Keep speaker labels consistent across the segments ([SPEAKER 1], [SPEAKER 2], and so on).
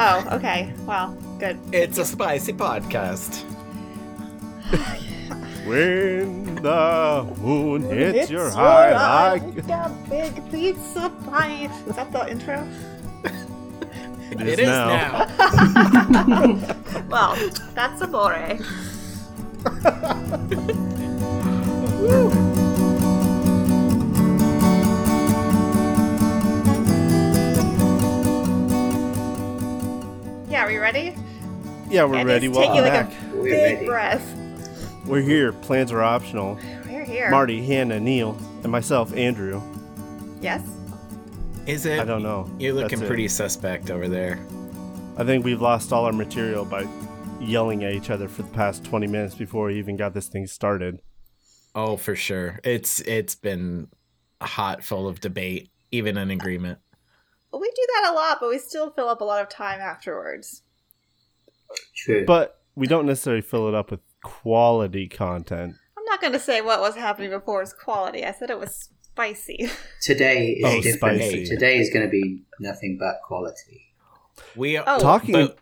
[SPEAKER 1] Oh, okay. Wow, good.
[SPEAKER 2] It's a spicy podcast.
[SPEAKER 3] When the moon hits, your
[SPEAKER 1] high
[SPEAKER 3] high, I
[SPEAKER 1] a big pizza pie. Is that the intro?
[SPEAKER 3] It is now.
[SPEAKER 1] Well, that's amore. yeah, are you ready?
[SPEAKER 3] Yeah, we're
[SPEAKER 1] And
[SPEAKER 3] ready.
[SPEAKER 1] he's
[SPEAKER 3] Welcome
[SPEAKER 1] taking like
[SPEAKER 3] back.
[SPEAKER 1] a big breath.
[SPEAKER 3] We're here. Plans are optional.
[SPEAKER 1] We're here.
[SPEAKER 3] Marty, Hannah, Neil, and myself, Andrew.
[SPEAKER 1] Yes.
[SPEAKER 2] Is it?
[SPEAKER 3] I don't know.
[SPEAKER 2] You're looking
[SPEAKER 3] That's it.
[SPEAKER 2] pretty suspect over there.
[SPEAKER 3] I think we've lost all our material by yelling at each other for the past 20 minutes before we even got this thing started.
[SPEAKER 2] Oh, for sure. It's it's been hot, full of debate, even an agreement.
[SPEAKER 1] Well, we do that a lot, but we still fill up a lot of time afterwards.
[SPEAKER 4] True.
[SPEAKER 3] But we don't necessarily fill it up with quality content.
[SPEAKER 1] I'm not going to say what was happening before was quality. I said it was spicy.
[SPEAKER 4] Today is
[SPEAKER 3] Oh,
[SPEAKER 4] different.
[SPEAKER 3] spicy.
[SPEAKER 4] Today is going to be nothing but quality.
[SPEAKER 2] We are
[SPEAKER 1] Oh.
[SPEAKER 3] Talking.
[SPEAKER 2] but-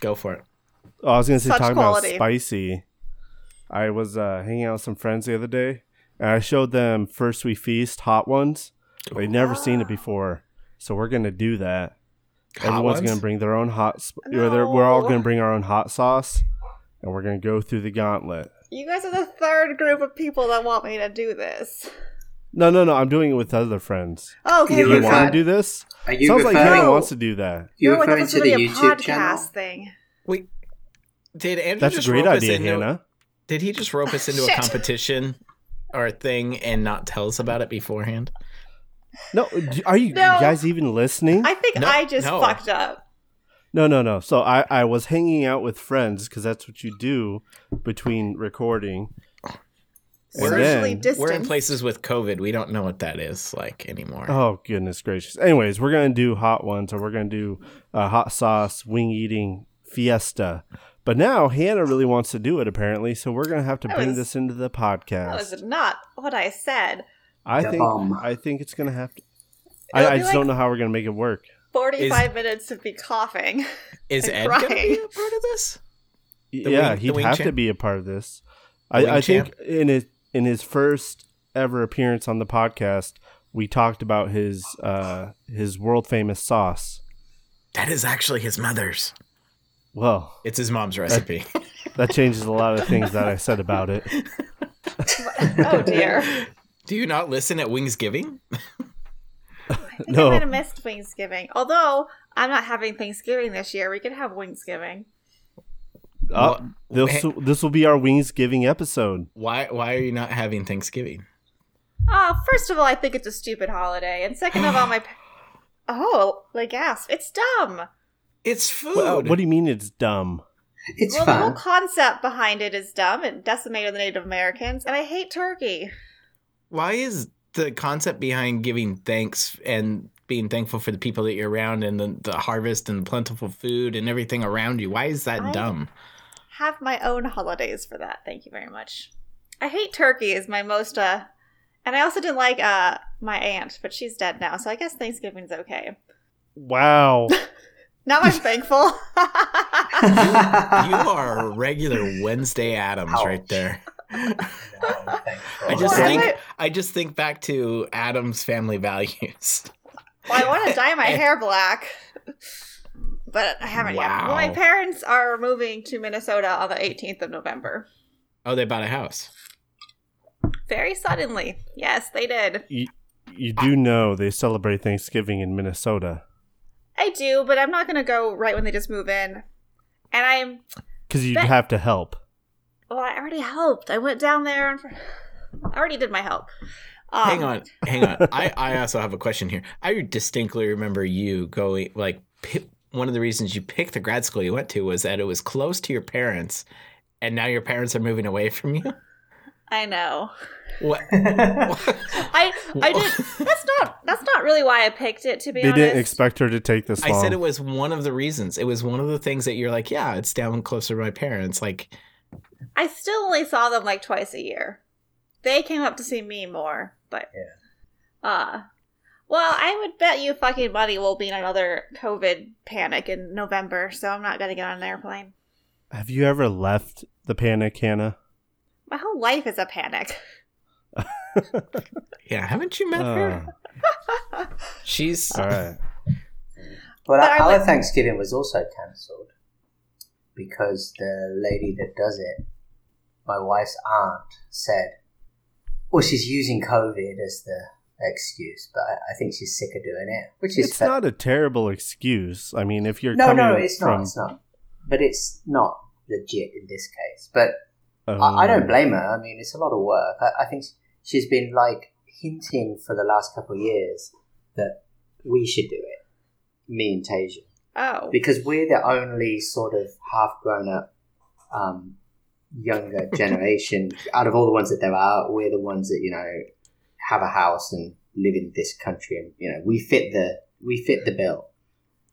[SPEAKER 2] go for it.
[SPEAKER 3] Oh, I was gonna say
[SPEAKER 1] Such
[SPEAKER 3] talking
[SPEAKER 1] quality.
[SPEAKER 3] about spicy. I was uh, hanging out with some friends the other day, and I showed them First We Feast hot ones. They'd never seen it before, so we're gonna do that.
[SPEAKER 2] Hot
[SPEAKER 3] Everyone's
[SPEAKER 2] ones?
[SPEAKER 3] gonna bring their own hot. Sp- or they're- We're all
[SPEAKER 1] No.
[SPEAKER 3] gonna bring our own hot sauce, and we're gonna go through the gauntlet.
[SPEAKER 1] You guys are the third group of people that want me to do this.
[SPEAKER 3] No, no, no! I'm doing it with other friends.
[SPEAKER 1] Oh, okay,
[SPEAKER 4] You
[SPEAKER 3] You,
[SPEAKER 4] were
[SPEAKER 1] you're
[SPEAKER 3] want
[SPEAKER 4] fine.
[SPEAKER 3] to do this?
[SPEAKER 4] Are you
[SPEAKER 3] Sounds like
[SPEAKER 4] referring?
[SPEAKER 3] Hannah
[SPEAKER 1] No.
[SPEAKER 3] wants to do that.
[SPEAKER 4] you
[SPEAKER 1] No, I thought
[SPEAKER 4] referring
[SPEAKER 1] this
[SPEAKER 4] to
[SPEAKER 1] was
[SPEAKER 4] the
[SPEAKER 1] gonna be a
[SPEAKER 4] YouTube
[SPEAKER 1] podcast
[SPEAKER 4] channel?
[SPEAKER 1] thing.
[SPEAKER 2] We did Andrew
[SPEAKER 3] That's a
[SPEAKER 2] just
[SPEAKER 3] great
[SPEAKER 2] rope us
[SPEAKER 3] idea,
[SPEAKER 2] into-
[SPEAKER 3] Hannah.
[SPEAKER 2] Did he just rope us into a
[SPEAKER 1] Shit.
[SPEAKER 2] competition or a thing and not tell us about it beforehand?
[SPEAKER 3] No, d- are you
[SPEAKER 1] No.
[SPEAKER 3] guys even listening?
[SPEAKER 1] I think
[SPEAKER 2] No,
[SPEAKER 1] I just
[SPEAKER 2] no.
[SPEAKER 1] fucked up.
[SPEAKER 3] No, no, no. So I, I was hanging out with friends because that's what you do between recording. And
[SPEAKER 1] Socially
[SPEAKER 3] then-
[SPEAKER 1] distant.
[SPEAKER 2] We're in places with COVID. We don't know what that is like anymore.
[SPEAKER 3] Oh goodness gracious! Anyways, we're gonna do hot ones, or we're gonna do a hot sauce wing eating fiesta. But now Hannah really wants to do it, apparently. So we're gonna have to
[SPEAKER 1] That
[SPEAKER 3] bring
[SPEAKER 1] was-
[SPEAKER 3] this into the
[SPEAKER 1] That
[SPEAKER 3] podcast.
[SPEAKER 1] was not what I said.
[SPEAKER 3] I
[SPEAKER 4] The
[SPEAKER 3] think
[SPEAKER 4] bomb.
[SPEAKER 3] I think it's gonna have to.
[SPEAKER 1] It'll
[SPEAKER 3] I, I
[SPEAKER 1] be
[SPEAKER 3] just
[SPEAKER 1] like-
[SPEAKER 3] don't know how we're gonna make it work.
[SPEAKER 1] 45 minutes of me coughing.
[SPEAKER 2] is
[SPEAKER 1] I'm
[SPEAKER 2] Ed going to be
[SPEAKER 1] crying.
[SPEAKER 2] a part of this? The wing-
[SPEAKER 3] yeah,
[SPEAKER 2] the
[SPEAKER 3] he'd
[SPEAKER 2] wing
[SPEAKER 3] have
[SPEAKER 2] champ?
[SPEAKER 3] to be a part of this.
[SPEAKER 2] wing
[SPEAKER 3] I, I think in his in his first ever appearance on the podcast, we talked about his uh, his world famous sauce.
[SPEAKER 2] That is actually his mother's.
[SPEAKER 3] Well,
[SPEAKER 2] It's his mom's recipe.
[SPEAKER 3] that changes a lot of things that I said about it.
[SPEAKER 1] Oh, dear.
[SPEAKER 2] Do you not listen at Wingsgiving?
[SPEAKER 1] I think I
[SPEAKER 3] No.
[SPEAKER 1] might have missed Thanksgiving. Although, I'm not having Thanksgiving this year. We could have Thanksgiving.
[SPEAKER 3] Uh,
[SPEAKER 2] Wha-
[SPEAKER 3] this this will be our wings giving episode.
[SPEAKER 2] Why why are you not having Thanksgiving?
[SPEAKER 1] Oh, first of all, I think it's a stupid holiday. And second of all, my. pa- Oh, like gasp. It's dumb.
[SPEAKER 2] It's food.
[SPEAKER 3] Wha- uh, what do you mean it's dumb?
[SPEAKER 4] It's
[SPEAKER 1] well, the whole
[SPEAKER 4] fun.
[SPEAKER 1] concept behind it is dumb. It decimated the Native Americans, and I hate turkey.
[SPEAKER 2] why is the concept behind giving thanks and being thankful for the people that you're around and the, the harvest and plentiful food and everything around you? Why is that
[SPEAKER 1] I-
[SPEAKER 2] dumb?
[SPEAKER 1] Have my own holidays for that. Thank you very much. I hate turkey is my most uh, and I also didn't like uh my aunt, but she's dead now, so I guess Thanksgiving's okay.
[SPEAKER 3] Wow.
[SPEAKER 1] Now I'm thankful.
[SPEAKER 2] You are a regular Wednesday Adams
[SPEAKER 4] Ouch.
[SPEAKER 2] right there. I
[SPEAKER 4] I
[SPEAKER 2] just
[SPEAKER 1] Why
[SPEAKER 2] think
[SPEAKER 1] would-
[SPEAKER 2] I just think back to Adam's family values.
[SPEAKER 1] Well, I want to dye my hair black, but I haven't yet. Well, my
[SPEAKER 2] Wow.
[SPEAKER 1] parents are moving to Minnesota on the 18th of November.
[SPEAKER 2] Oh, they bought a house.
[SPEAKER 1] Very suddenly. Yes, they did.
[SPEAKER 3] you, you do know they celebrate Thanksgiving in Minnesota
[SPEAKER 1] I do, but I'm not going to go right when they just move in. And I'm,
[SPEAKER 3] because you'd
[SPEAKER 1] That-
[SPEAKER 3] have to help.
[SPEAKER 1] well, I already helped. I went down there and I already did my help. Um,
[SPEAKER 2] hang on, hang on. I, I also have a question here. I distinctly remember you going like pi one of the reasons you picked the grad school you went to was that it was close to your parents, and now your parents are moving away from you.
[SPEAKER 1] I know.
[SPEAKER 2] What?
[SPEAKER 1] I I did. That's not that's not really why I picked it. To be
[SPEAKER 3] They
[SPEAKER 1] honest,
[SPEAKER 3] didn't expect her to take this
[SPEAKER 2] I
[SPEAKER 3] long.
[SPEAKER 2] said it was one of the reasons. It was one of the things that you're like, yeah, it's down closer to my parents. Like,
[SPEAKER 1] I still only saw them like twice a year. They came up to see me more, but uh Well, I would bet you fucking money we'll be in another COVID panic in November, so I'm not gonna get on an airplane.
[SPEAKER 3] Have you ever left the panic, Hannah?
[SPEAKER 1] My whole life is a panic.
[SPEAKER 2] Yeah, haven't you met
[SPEAKER 3] Uh,
[SPEAKER 4] Uh,
[SPEAKER 2] her?
[SPEAKER 1] I
[SPEAKER 2] She's
[SPEAKER 3] all right.
[SPEAKER 4] But,
[SPEAKER 1] But I
[SPEAKER 4] our
[SPEAKER 1] would-
[SPEAKER 4] Thanksgiving was also cancelled because the lady that does it, my wife's aunt, said, well, she's using COVID as the excuse, but I I think she's sick of doing it, which is
[SPEAKER 3] It's
[SPEAKER 4] fair.
[SPEAKER 3] not a terrible excuse. I mean, if you're
[SPEAKER 4] no,
[SPEAKER 3] coming
[SPEAKER 4] no, it's
[SPEAKER 3] from,
[SPEAKER 4] not, it's not. But it's not legit in this case. But I, I don't blame her. I mean, it's a lot of work. I, I think she's been like hinting for the last couple of years that we should do it, me and Tasia
[SPEAKER 1] Oh.
[SPEAKER 4] because we're the only sort of half grown up um, younger generation out of all the ones that there are we're the ones that you know have a house and live in this country and you know we fit the we fit the bill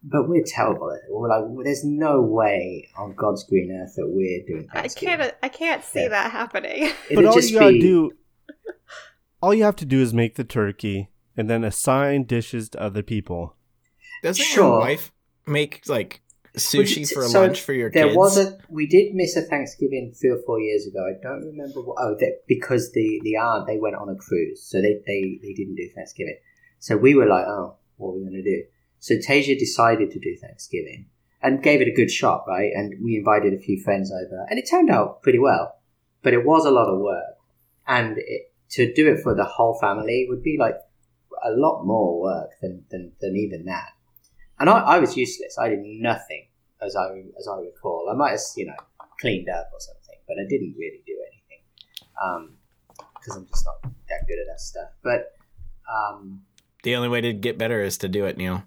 [SPEAKER 4] but we're terrible at it we're like well, there's no way on god's green earth that we're doing
[SPEAKER 1] I
[SPEAKER 4] Thanksgiving.
[SPEAKER 1] can't I can't see
[SPEAKER 4] Yeah.
[SPEAKER 1] that happening.
[SPEAKER 3] But
[SPEAKER 4] It'd
[SPEAKER 3] all
[SPEAKER 4] just
[SPEAKER 3] you gotta
[SPEAKER 4] be-
[SPEAKER 3] do, all you have to do is make the turkey and then assign dishes to other people.
[SPEAKER 2] doesn't your
[SPEAKER 4] Sure.
[SPEAKER 2] wife make like
[SPEAKER 4] Would
[SPEAKER 2] sushi
[SPEAKER 4] you-
[SPEAKER 2] for
[SPEAKER 4] so
[SPEAKER 2] lunch for your
[SPEAKER 4] there
[SPEAKER 2] kids?
[SPEAKER 4] was a we did miss a Thanksgiving three or four years ago. I don't remember what. Oh, that, because the the aunt they went on a cruise, so they they they didn't do Thanksgiving. So we were like, oh, what are we going to do? So Tasia decided to do Thanksgiving and gave it a good shot, right? And we invited a few friends over, and it turned out pretty well. But it was a lot of work, and it, to do it for the whole family would be like a lot more work than than, than even that. And I, I was useless. I did nothing as I as I recall. I might have you know cleaned up or something, but I didn't really do anything because I'm just not that good at that stuff. But um,
[SPEAKER 2] the only way to get better is to do it, Neil.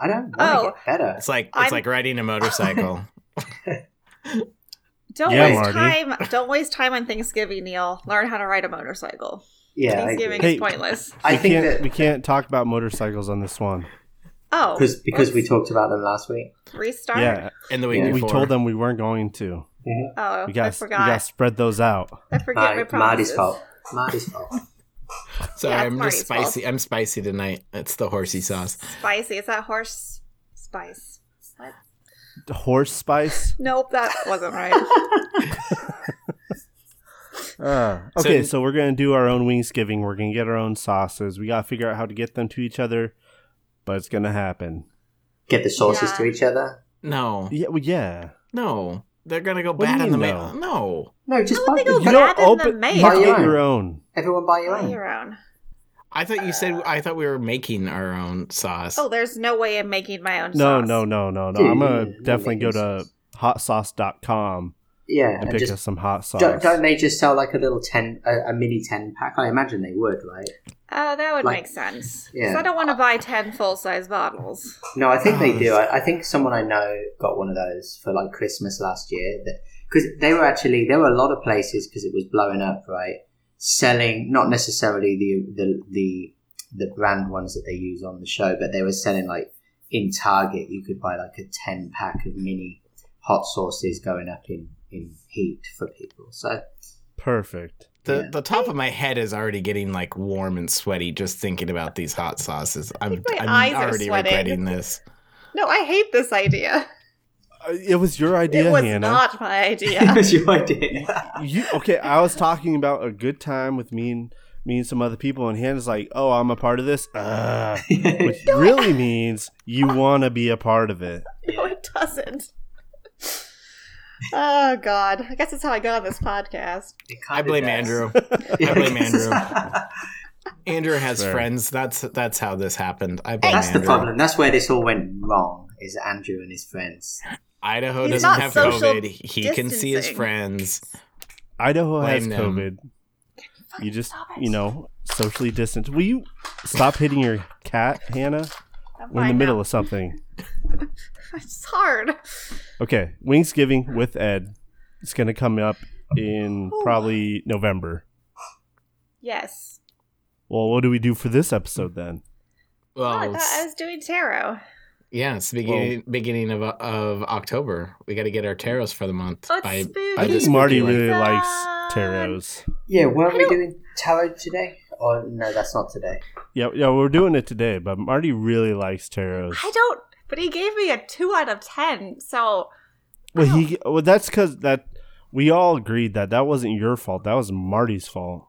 [SPEAKER 4] I don't want to
[SPEAKER 1] Oh.
[SPEAKER 4] get better.
[SPEAKER 2] It's like it's
[SPEAKER 1] I'm-
[SPEAKER 2] like riding a motorcycle.
[SPEAKER 1] Don't
[SPEAKER 3] Yeah,
[SPEAKER 1] waste
[SPEAKER 3] Marty.
[SPEAKER 1] time don't waste time on Thanksgiving, Neil. Learn how to ride a motorcycle.
[SPEAKER 4] Yeah, I,
[SPEAKER 1] Thanksgiving
[SPEAKER 4] agree.
[SPEAKER 3] agree.
[SPEAKER 1] is pointless.
[SPEAKER 4] I
[SPEAKER 3] we
[SPEAKER 4] think
[SPEAKER 3] can't,
[SPEAKER 4] that
[SPEAKER 3] we can't talk about motorcycles on this one.
[SPEAKER 1] Oh.
[SPEAKER 4] because because we
[SPEAKER 1] oops.
[SPEAKER 4] talked about them last week.
[SPEAKER 1] restart.
[SPEAKER 3] Yeah,
[SPEAKER 2] and the week
[SPEAKER 4] Yeah.
[SPEAKER 2] before,
[SPEAKER 3] we told them we weren't going to.
[SPEAKER 1] Oh,
[SPEAKER 3] We
[SPEAKER 1] I
[SPEAKER 3] got we
[SPEAKER 1] forgot.
[SPEAKER 3] got to spread those out.
[SPEAKER 1] I forget my
[SPEAKER 4] Mar- Marty's
[SPEAKER 1] promises.
[SPEAKER 4] fault. Marty's fault.
[SPEAKER 2] Sorry,
[SPEAKER 1] Yeah, it's
[SPEAKER 2] I'm just
[SPEAKER 1] Marty's fault.
[SPEAKER 2] spicy. I'm spicy tonight. It's the horsey sauce.
[SPEAKER 1] Spicy. Is that horse spice? What?
[SPEAKER 3] Horse spice.
[SPEAKER 1] Nope, that wasn't right.
[SPEAKER 3] Uh,
[SPEAKER 2] So-
[SPEAKER 3] okay, so, we're gonna do our own Wingsgiving. We're gonna get our own sauces. We gotta figure out how to get them to each other, but it's gonna happen.
[SPEAKER 4] Get the sauces
[SPEAKER 1] Yeah.
[SPEAKER 4] to each other.
[SPEAKER 2] No,
[SPEAKER 3] Yeah, well, yeah.
[SPEAKER 2] no, they're gonna go
[SPEAKER 3] What do
[SPEAKER 2] bad
[SPEAKER 3] you
[SPEAKER 2] in the
[SPEAKER 3] mean,
[SPEAKER 2] mail. No,
[SPEAKER 4] No, just
[SPEAKER 1] I
[SPEAKER 4] buy
[SPEAKER 1] don't think
[SPEAKER 4] them.
[SPEAKER 1] it'll- Add in the mail.
[SPEAKER 3] You
[SPEAKER 4] Buy your
[SPEAKER 3] get
[SPEAKER 4] own.
[SPEAKER 3] your own.
[SPEAKER 4] everyone buy your
[SPEAKER 1] Buy
[SPEAKER 4] own.
[SPEAKER 1] your own.
[SPEAKER 2] I thought you said I thought we were making our own sauce.
[SPEAKER 1] Oh, there's no way I'm making my own
[SPEAKER 3] No,
[SPEAKER 1] sauce.
[SPEAKER 3] no, no, no, no.
[SPEAKER 4] Dude,
[SPEAKER 3] I'm gonna
[SPEAKER 4] you- you
[SPEAKER 3] definitely go
[SPEAKER 4] make
[SPEAKER 3] to hotsauce.com
[SPEAKER 4] Yeah,
[SPEAKER 3] and
[SPEAKER 4] and
[SPEAKER 3] pick
[SPEAKER 4] just
[SPEAKER 3] us some hot sauce.
[SPEAKER 4] don't, don't they just sell like a little ten a, a mini ten pack? I imagine they would, right?
[SPEAKER 1] Oh, that would
[SPEAKER 4] Like-
[SPEAKER 1] make sense.
[SPEAKER 4] Yeah.
[SPEAKER 1] Yeah. I don't want to buy 10 full size bottles.
[SPEAKER 4] No, I think they
[SPEAKER 2] Oh,
[SPEAKER 4] do.
[SPEAKER 2] this-
[SPEAKER 4] I, I think someone I know got one of those for like Christmas last year. Because they were actually there were a lot of places because it was blowing up, right? Selling not necessarily the the the the brand ones that they use on the show, but they were selling like in Target you could buy like a ten pack of mini hot sauces going up in in heat for people. So
[SPEAKER 3] Perfect.
[SPEAKER 2] the
[SPEAKER 4] yeah.
[SPEAKER 2] the top of my head is already getting like warm and sweaty just thinking about these hot sauces. I'm
[SPEAKER 1] think my eyes
[SPEAKER 2] I'm
[SPEAKER 1] are
[SPEAKER 2] already
[SPEAKER 1] sweating.
[SPEAKER 2] regretting this.
[SPEAKER 1] No, I hate this idea.
[SPEAKER 3] Uh, It was your idea,
[SPEAKER 1] it was
[SPEAKER 3] Hannah.
[SPEAKER 1] not my
[SPEAKER 4] yeah.
[SPEAKER 1] idea.
[SPEAKER 4] that's your idea.
[SPEAKER 3] you okay? I was talking about a good time with me and me and some other people, and Hannah's like, "Oh, I'm a part of this," uh, which really means you want to be a part of it.
[SPEAKER 1] no, it doesn't. Oh, God. I guess that's how I got on this podcast.
[SPEAKER 2] I blame Andrew. I blame Andrew. Andrew has
[SPEAKER 3] Fair.
[SPEAKER 2] friends. That's that's how this happened. I blame
[SPEAKER 4] That's
[SPEAKER 2] Andrew.
[SPEAKER 4] the problem. That's where this all went wrong. Is Andrew and his friends?
[SPEAKER 2] Idaho
[SPEAKER 1] He's
[SPEAKER 2] doesn't
[SPEAKER 1] not
[SPEAKER 2] have
[SPEAKER 1] social
[SPEAKER 2] COVID. He can see his
[SPEAKER 1] distancing.
[SPEAKER 2] friends.
[SPEAKER 3] Idaho
[SPEAKER 2] Blame
[SPEAKER 3] has
[SPEAKER 2] them.
[SPEAKER 3] COVID. You just,
[SPEAKER 1] Stop it.
[SPEAKER 3] you know, socially distant. Will you stop hitting your cat, Hannah?
[SPEAKER 1] I'm
[SPEAKER 3] We're in the
[SPEAKER 1] fine
[SPEAKER 3] middle
[SPEAKER 1] now.
[SPEAKER 3] of something.
[SPEAKER 1] It's hard.
[SPEAKER 3] Okay, Wingsgiving with Ed. It's gonna come up in
[SPEAKER 1] Ooh.
[SPEAKER 3] probably November.
[SPEAKER 1] Yes.
[SPEAKER 3] Well, what do we do for this episode then?
[SPEAKER 1] Oh, I
[SPEAKER 2] Well,
[SPEAKER 1] thought I was doing tarot.
[SPEAKER 2] yeah, it's the beginning, beginning of of October. We got to get our taros for the month.
[SPEAKER 1] Oh, it's
[SPEAKER 2] by-
[SPEAKER 1] spooky.
[SPEAKER 2] I
[SPEAKER 3] I
[SPEAKER 2] just
[SPEAKER 3] think Marty
[SPEAKER 2] feel like-
[SPEAKER 3] really
[SPEAKER 1] Fun.
[SPEAKER 3] likes taros.
[SPEAKER 4] Yeah, weren't
[SPEAKER 1] I
[SPEAKER 4] we
[SPEAKER 1] don't-
[SPEAKER 4] doing tarot today? Oh no, that's not today.
[SPEAKER 3] Yeah, yeah, we're doing it today, but Marty really likes taros.
[SPEAKER 1] I don't. But he gave me a two out of ten. So
[SPEAKER 3] Well, he well, that's because that we all agreed that that wasn't your fault. That was Marty's fault.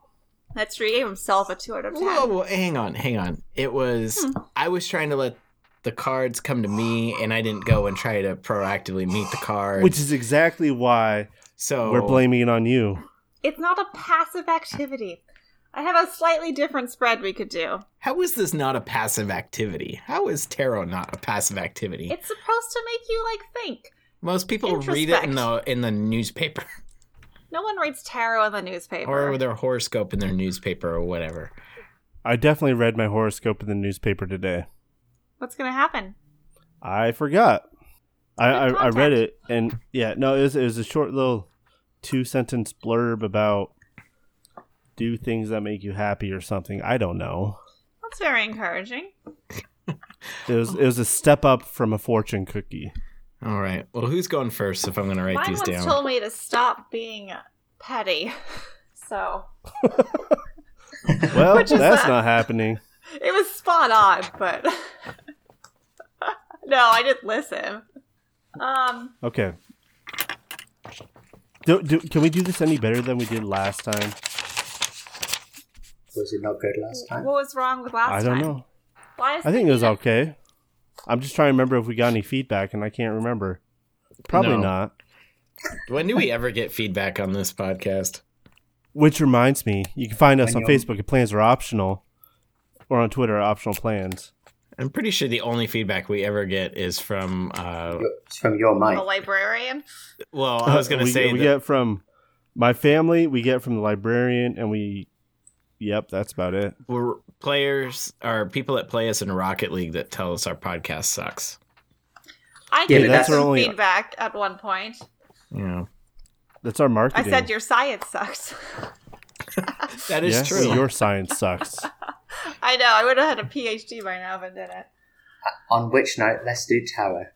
[SPEAKER 1] that's true. He gave himself a two out of ten.
[SPEAKER 2] Whoa, whoa, hang on, hang on. It was
[SPEAKER 1] Hmm.
[SPEAKER 2] I was trying to let the cards come to me, and I didn't go and try to proactively meet the cards.
[SPEAKER 3] Which is exactly why
[SPEAKER 2] so
[SPEAKER 3] we're blaming it on you.
[SPEAKER 1] It's not a passive activity. I have a slightly different spread we could do.
[SPEAKER 2] How is this not a passive activity? How is tarot not a passive activity?
[SPEAKER 1] It's supposed to make you like think.
[SPEAKER 2] Most people read it in the in the newspaper
[SPEAKER 1] No one reads tarot in the newspaper.
[SPEAKER 2] or their horoscope in their newspaper or whatever.
[SPEAKER 3] I definitely read my horoscope in the newspaper today.
[SPEAKER 1] What's gonna happen?
[SPEAKER 3] I forgot. I, I,
[SPEAKER 1] Good
[SPEAKER 3] I read it and yeah, no, it was, it was a short little two sentence blurb about do things that make you happy or something. I don't know.
[SPEAKER 1] That's very encouraging.
[SPEAKER 3] It was it was a step up from a fortune cookie.
[SPEAKER 2] All right. Well, who's going first? If I'm going to write
[SPEAKER 1] Mine
[SPEAKER 2] these
[SPEAKER 1] once
[SPEAKER 2] down,
[SPEAKER 1] told me to stop being petty. So
[SPEAKER 3] Well,
[SPEAKER 1] Which
[SPEAKER 3] that's
[SPEAKER 1] is that?
[SPEAKER 3] not happening.
[SPEAKER 1] it was spot on, but no, I didn't listen. Um,
[SPEAKER 3] Okay. Do, do, can we do this any better than we did last time?
[SPEAKER 4] Was it not good last
[SPEAKER 1] what
[SPEAKER 4] time?
[SPEAKER 1] was wrong with last
[SPEAKER 3] I don't
[SPEAKER 1] time?
[SPEAKER 3] know.
[SPEAKER 1] Why is
[SPEAKER 3] I think it was okay. I'm just trying to remember if we got any feedback, and I can't remember. Probably
[SPEAKER 2] No.
[SPEAKER 3] not.
[SPEAKER 2] when do we ever get feedback on this podcast?
[SPEAKER 3] Which reminds me, you can find us on
[SPEAKER 4] When you're-
[SPEAKER 3] Facebook at Plans Are Optional, or on Twitter at Optional Plans.
[SPEAKER 2] I'm pretty sure the only feedback we ever get is from. Uh,
[SPEAKER 4] It's from your
[SPEAKER 1] a
[SPEAKER 4] mic.
[SPEAKER 1] librarian?
[SPEAKER 2] well, I was going to
[SPEAKER 3] We-
[SPEAKER 2] say
[SPEAKER 3] we
[SPEAKER 2] that-
[SPEAKER 3] get from my family, we get from the librarian, and we. Yep, that's about it.
[SPEAKER 2] we're players are people that play us in Rocket League that tell us our podcast sucks.
[SPEAKER 1] I
[SPEAKER 4] Yeah,
[SPEAKER 1] gave
[SPEAKER 4] but
[SPEAKER 1] yeah,
[SPEAKER 4] that's
[SPEAKER 1] some
[SPEAKER 3] our only-
[SPEAKER 1] feedback at one point.
[SPEAKER 2] You know,
[SPEAKER 3] That's our
[SPEAKER 1] I
[SPEAKER 3] marketing.
[SPEAKER 1] said your science sucks.
[SPEAKER 2] that is
[SPEAKER 3] Yes,
[SPEAKER 2] true.
[SPEAKER 3] Your science sucks.
[SPEAKER 1] I know. I would have had a PhD by now, but didn't.
[SPEAKER 4] On which note, let's do tarot.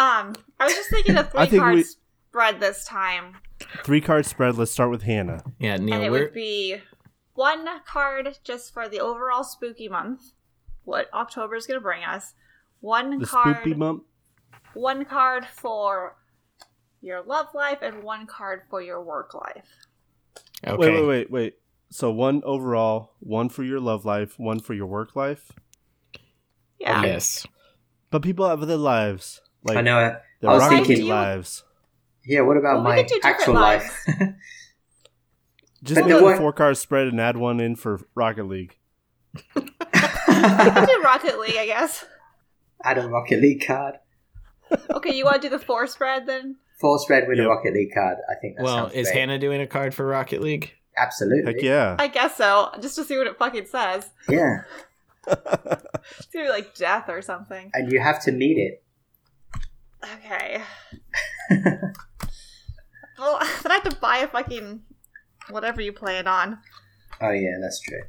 [SPEAKER 1] Um, I was just thinking of
[SPEAKER 3] I
[SPEAKER 1] three
[SPEAKER 3] think
[SPEAKER 1] card
[SPEAKER 3] we-
[SPEAKER 1] spread this time,
[SPEAKER 3] Three card spread. Let's start with Hannah.
[SPEAKER 2] yeah,
[SPEAKER 1] and
[SPEAKER 2] Neil,
[SPEAKER 1] it
[SPEAKER 2] we're
[SPEAKER 1] would be one card just for the overall spooky month, what October is going to bring us. One
[SPEAKER 3] The
[SPEAKER 1] card,
[SPEAKER 3] spoopy bump.
[SPEAKER 1] one card for your love life, and one card for your work life.
[SPEAKER 2] okay.
[SPEAKER 3] Wait, wait, wait, wait. So one overall, one for your love life, one for your work life.
[SPEAKER 1] Yeah.
[SPEAKER 2] Yes,
[SPEAKER 3] But people have other lives, like
[SPEAKER 4] I know. uh,
[SPEAKER 3] their
[SPEAKER 4] I was
[SPEAKER 3] rocket
[SPEAKER 4] thinking-
[SPEAKER 3] league lives.
[SPEAKER 4] Yeah, what about
[SPEAKER 1] Well, we
[SPEAKER 4] my
[SPEAKER 1] could do different
[SPEAKER 4] actual life?
[SPEAKER 3] Just
[SPEAKER 4] But
[SPEAKER 3] make
[SPEAKER 4] the
[SPEAKER 3] a
[SPEAKER 4] one-
[SPEAKER 3] four card spread and add one in for Rocket League.
[SPEAKER 1] I do Rocket League, I guess.
[SPEAKER 4] Add a Rocket League card.
[SPEAKER 1] Okay, you want to do the four spread then?
[SPEAKER 4] Four spread with
[SPEAKER 3] Yep.
[SPEAKER 4] a Rocket League card. I think that
[SPEAKER 2] well,
[SPEAKER 4] sounds
[SPEAKER 2] is
[SPEAKER 4] great.
[SPEAKER 2] Hannah doing a card for Rocket League?
[SPEAKER 4] Absolutely.
[SPEAKER 3] Heck yeah.
[SPEAKER 1] I guess so, just to see what it fucking says.
[SPEAKER 4] Yeah.
[SPEAKER 1] It's gonna be like death or something.
[SPEAKER 4] And you have to meet it.
[SPEAKER 1] Okay. well, then I have to buy a fucking whatever you play it on.
[SPEAKER 4] Oh yeah, that's true.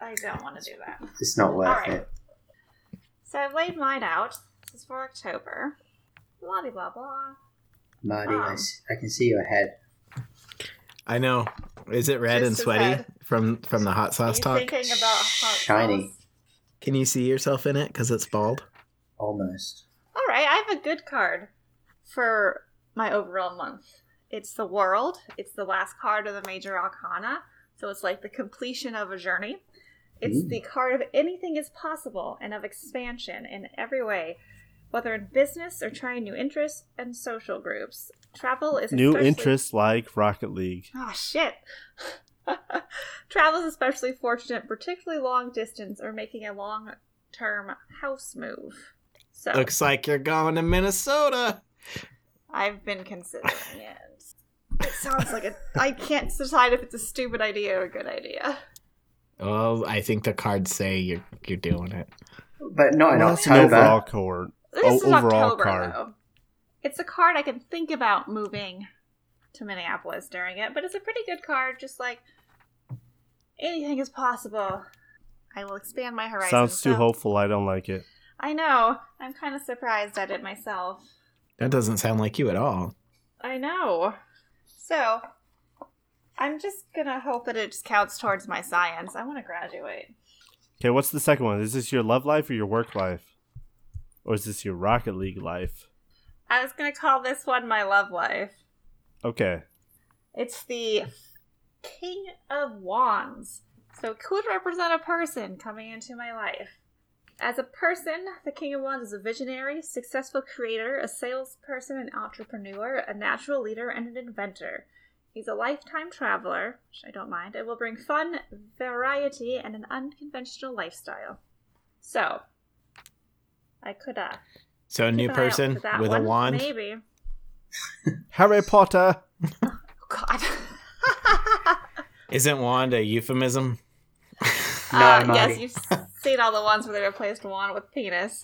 [SPEAKER 1] I don't want to do that.
[SPEAKER 4] It's not worth
[SPEAKER 1] Alright.
[SPEAKER 4] it.
[SPEAKER 1] So I've laid mine out. This is for October. Blah de blah blah.
[SPEAKER 4] Marty, I
[SPEAKER 1] Um.
[SPEAKER 4] s I I, can see your head.
[SPEAKER 2] I know. Is it red
[SPEAKER 1] Just
[SPEAKER 2] and
[SPEAKER 1] his
[SPEAKER 2] sweaty
[SPEAKER 1] head.
[SPEAKER 2] from from the hot
[SPEAKER 1] Are
[SPEAKER 2] sauce
[SPEAKER 1] you
[SPEAKER 2] talk?
[SPEAKER 1] thinking about hot
[SPEAKER 4] Shiny.
[SPEAKER 1] sauce?
[SPEAKER 2] Can you see yourself in it because it's bald?
[SPEAKER 4] Almost.
[SPEAKER 1] All right, I have a good card for my overall month. It's the world. It's the last card of the major arcana, so it's like the completion of a journey. It's
[SPEAKER 4] Mm.
[SPEAKER 1] the card of anything is possible and of expansion in every way, whether in business or trying new interests and social groups. Travel is
[SPEAKER 3] New
[SPEAKER 1] especially-
[SPEAKER 3] interests like Rocket League.
[SPEAKER 1] Oh shit. Travel is especially fortunate, particularly long distance or making a long term house move. So
[SPEAKER 2] Looks like you're going to Minnesota.
[SPEAKER 1] I've been considering it. It sounds like a. I can't decide if it's a stupid idea or a good idea.
[SPEAKER 2] Oh, I think the cards say you're you're doing it.
[SPEAKER 4] But not in
[SPEAKER 3] Well, that's an
[SPEAKER 4] October.
[SPEAKER 3] overall card.
[SPEAKER 1] This
[SPEAKER 3] O-
[SPEAKER 1] is
[SPEAKER 3] Oh, overall
[SPEAKER 1] October,
[SPEAKER 3] card.
[SPEAKER 1] though. It's a card I can think about moving to Minneapolis during it, but it's a pretty good card. Just like anything is possible. I will expand my horizon.
[SPEAKER 3] Sounds too hopeful. I don't like it.
[SPEAKER 1] I know. I'm kind of surprised at it myself.
[SPEAKER 2] That doesn't sound like you at all.
[SPEAKER 1] I know. So, I'm just gonna hope that it just counts towards my science. I want to graduate.
[SPEAKER 3] Okay, what's the second one? Is this your love life or your work life? Or is this your Rocket League life?
[SPEAKER 1] I was gonna call this one my love life.
[SPEAKER 3] Okay.
[SPEAKER 1] It's the King of Wands. So it could represent a person coming into my life. As a person, the King of Wands is a visionary, successful creator, a salesperson, an entrepreneur, a natural leader, and an inventor. He's a lifetime traveler, which I don't mind. It will bring fun, variety, and an unconventional lifestyle. So, I could uh,
[SPEAKER 2] So a new
[SPEAKER 1] keep an eye out
[SPEAKER 2] person
[SPEAKER 1] for that
[SPEAKER 2] with a
[SPEAKER 1] one,
[SPEAKER 2] wand.
[SPEAKER 1] maybe.
[SPEAKER 3] Harry Potter.
[SPEAKER 1] God.
[SPEAKER 2] Isn't wand a euphemism?
[SPEAKER 4] No,
[SPEAKER 1] uh,
[SPEAKER 4] Marty.
[SPEAKER 1] yes, you've seen all the ones where they replaced one with penis.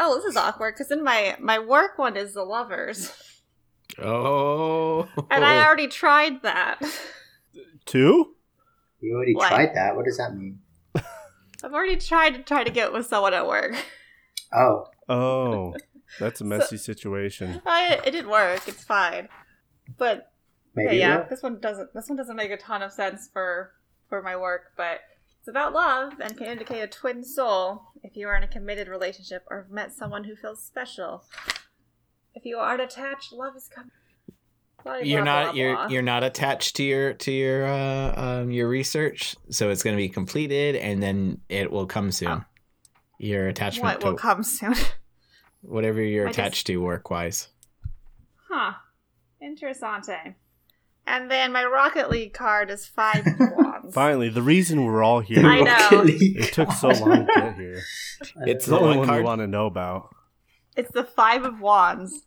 [SPEAKER 1] Oh, this is awkward because in my my work one is the lovers,
[SPEAKER 2] Oh.
[SPEAKER 1] and I already tried that.
[SPEAKER 3] Two?
[SPEAKER 4] You already
[SPEAKER 1] What?
[SPEAKER 4] tried that. What does that mean?
[SPEAKER 1] I've already tried to try to get with someone at work.
[SPEAKER 4] Oh,
[SPEAKER 3] Oh. That's a messy situation.
[SPEAKER 1] I, it didn't work. It's fine, but yeah,
[SPEAKER 4] maybe.
[SPEAKER 1] yeah,
[SPEAKER 4] not.
[SPEAKER 1] this one doesn't. This one doesn't make a ton of sense for for my work, but it's about love and can indicate a twin soul if you are in a committed relationship or have met someone who feels special. If you aren't attached, love is coming. Blah,
[SPEAKER 2] you're
[SPEAKER 1] blah,
[SPEAKER 2] not
[SPEAKER 1] blah,
[SPEAKER 2] you're
[SPEAKER 1] blah.
[SPEAKER 2] you're not attached to your to your uh, um, your research, so it's going to be completed and then it will come soon.
[SPEAKER 1] Oh.
[SPEAKER 2] Your attachment
[SPEAKER 1] What
[SPEAKER 2] to
[SPEAKER 1] will come soon?
[SPEAKER 2] whatever you're
[SPEAKER 1] I just-
[SPEAKER 2] attached to work wise.
[SPEAKER 1] huh. Interessante. And then my Rocket League card is five wands.
[SPEAKER 3] Finally, the reason we're all here.
[SPEAKER 1] I know.
[SPEAKER 3] It took so long to get here.
[SPEAKER 2] It's
[SPEAKER 3] It's the
[SPEAKER 2] one
[SPEAKER 3] only one we
[SPEAKER 2] card.
[SPEAKER 3] want to know about.
[SPEAKER 1] It's the five of wands.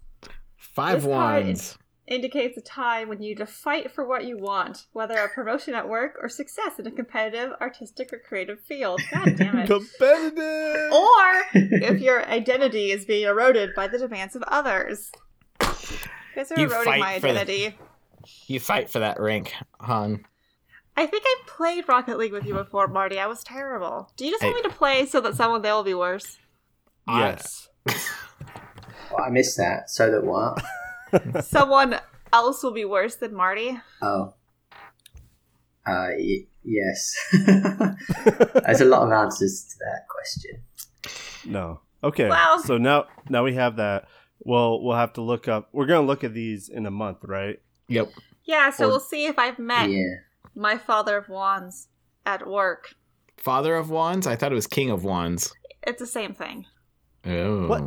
[SPEAKER 2] Five
[SPEAKER 1] This card
[SPEAKER 2] wands.
[SPEAKER 1] indicates a time when you need to fight for what you want, whether a promotion at work or success in a competitive, artistic, or creative field. God damn it.
[SPEAKER 3] Competitive.
[SPEAKER 1] or if your identity is being eroded by the demands of others. You guys are
[SPEAKER 2] You
[SPEAKER 1] eroding
[SPEAKER 2] fight
[SPEAKER 1] my
[SPEAKER 2] for the-
[SPEAKER 1] identity.
[SPEAKER 2] You fight for that rank, hon.
[SPEAKER 1] I think I played Rocket League with you before, Marty. I was terrible. Do you just want
[SPEAKER 2] Hey.
[SPEAKER 1] me to play so that someone there will be worse?
[SPEAKER 2] I-
[SPEAKER 3] Yes.
[SPEAKER 4] Well, I missed that. So that what?
[SPEAKER 1] someone else will be worse than Marty?
[SPEAKER 4] Oh. Uh, y- yes. There's a lot of answers to that question.
[SPEAKER 3] No. Okay.
[SPEAKER 1] Well-
[SPEAKER 3] so now now we have that. Well, we'll have to look up. We're gonna look at these in a month, right?
[SPEAKER 2] Yep.
[SPEAKER 1] Yeah, so
[SPEAKER 3] Or-
[SPEAKER 1] we'll see if I've met
[SPEAKER 4] Yeah.
[SPEAKER 1] my father of wands at work.
[SPEAKER 2] Father of wands. I thought it was king of wands.
[SPEAKER 1] It's the same thing.
[SPEAKER 2] Oh.
[SPEAKER 3] What?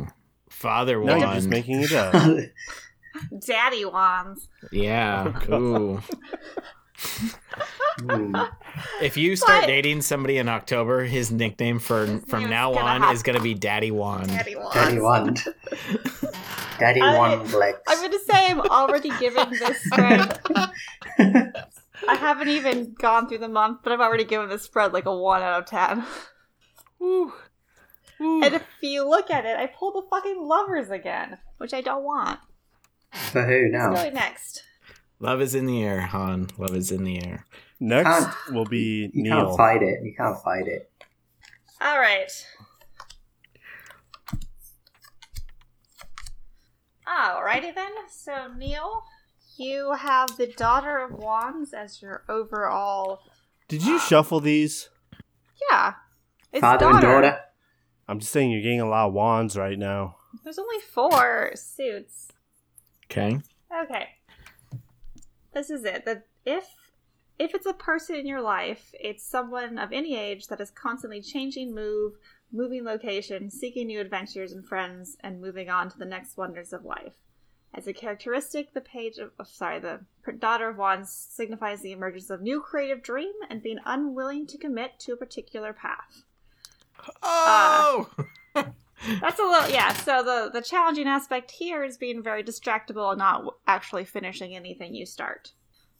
[SPEAKER 2] Father
[SPEAKER 3] No,
[SPEAKER 2] wand.
[SPEAKER 3] you're just making it up.
[SPEAKER 1] Daddy wands.
[SPEAKER 2] yeah.
[SPEAKER 3] Oh, God.
[SPEAKER 2] Ooh.
[SPEAKER 4] Hmm.
[SPEAKER 2] If you start
[SPEAKER 1] But-
[SPEAKER 2] dating somebody in October, his nickname for
[SPEAKER 1] His
[SPEAKER 2] from
[SPEAKER 1] name's
[SPEAKER 2] now
[SPEAKER 1] gonna
[SPEAKER 2] on
[SPEAKER 1] have-
[SPEAKER 2] is going to be Daddy Wand.
[SPEAKER 1] Daddy wands.
[SPEAKER 4] Daddy Wand. Daddy
[SPEAKER 1] I-
[SPEAKER 4] Wand legs.
[SPEAKER 1] I'm gonna say I'm already given this spread. I haven't even gone through the month, but I've already given this spread like a one out of ten.
[SPEAKER 2] Woo. Woo.
[SPEAKER 1] And if you look at it, I pulled the fucking lovers again, which I don't want.
[SPEAKER 4] For who
[SPEAKER 1] Let's
[SPEAKER 4] now?
[SPEAKER 1] go next.
[SPEAKER 2] Love is in the air, Han. Love is in the air.
[SPEAKER 3] Next
[SPEAKER 4] Can't-
[SPEAKER 3] will be
[SPEAKER 4] You can't
[SPEAKER 3] Neil.
[SPEAKER 4] fight it. You can't fight it.
[SPEAKER 1] All right. Alrighty then. So Neil, you have the Daughter of Wands as your overall.
[SPEAKER 3] Did you shuffle these?
[SPEAKER 1] Yeah, it's
[SPEAKER 4] Father and daughter.
[SPEAKER 3] I'm just saying you're getting a lot of wands right now.
[SPEAKER 1] There's only four suits.
[SPEAKER 2] Okay.
[SPEAKER 1] Okay. This is it. The if if it's a person in your life, it's someone of any age that is constantly changing move, moving location, seeking new adventures and friends, and moving on to the next wonders of life. As a characteristic, the page of oh, sorry, the daughter of wands signifies the emergence of new creative dream and being unwilling to commit to a particular path.
[SPEAKER 2] Oh.
[SPEAKER 1] Uh. That's a little yeah. So the the challenging aspect here is being very distractible and not w- actually finishing anything you start.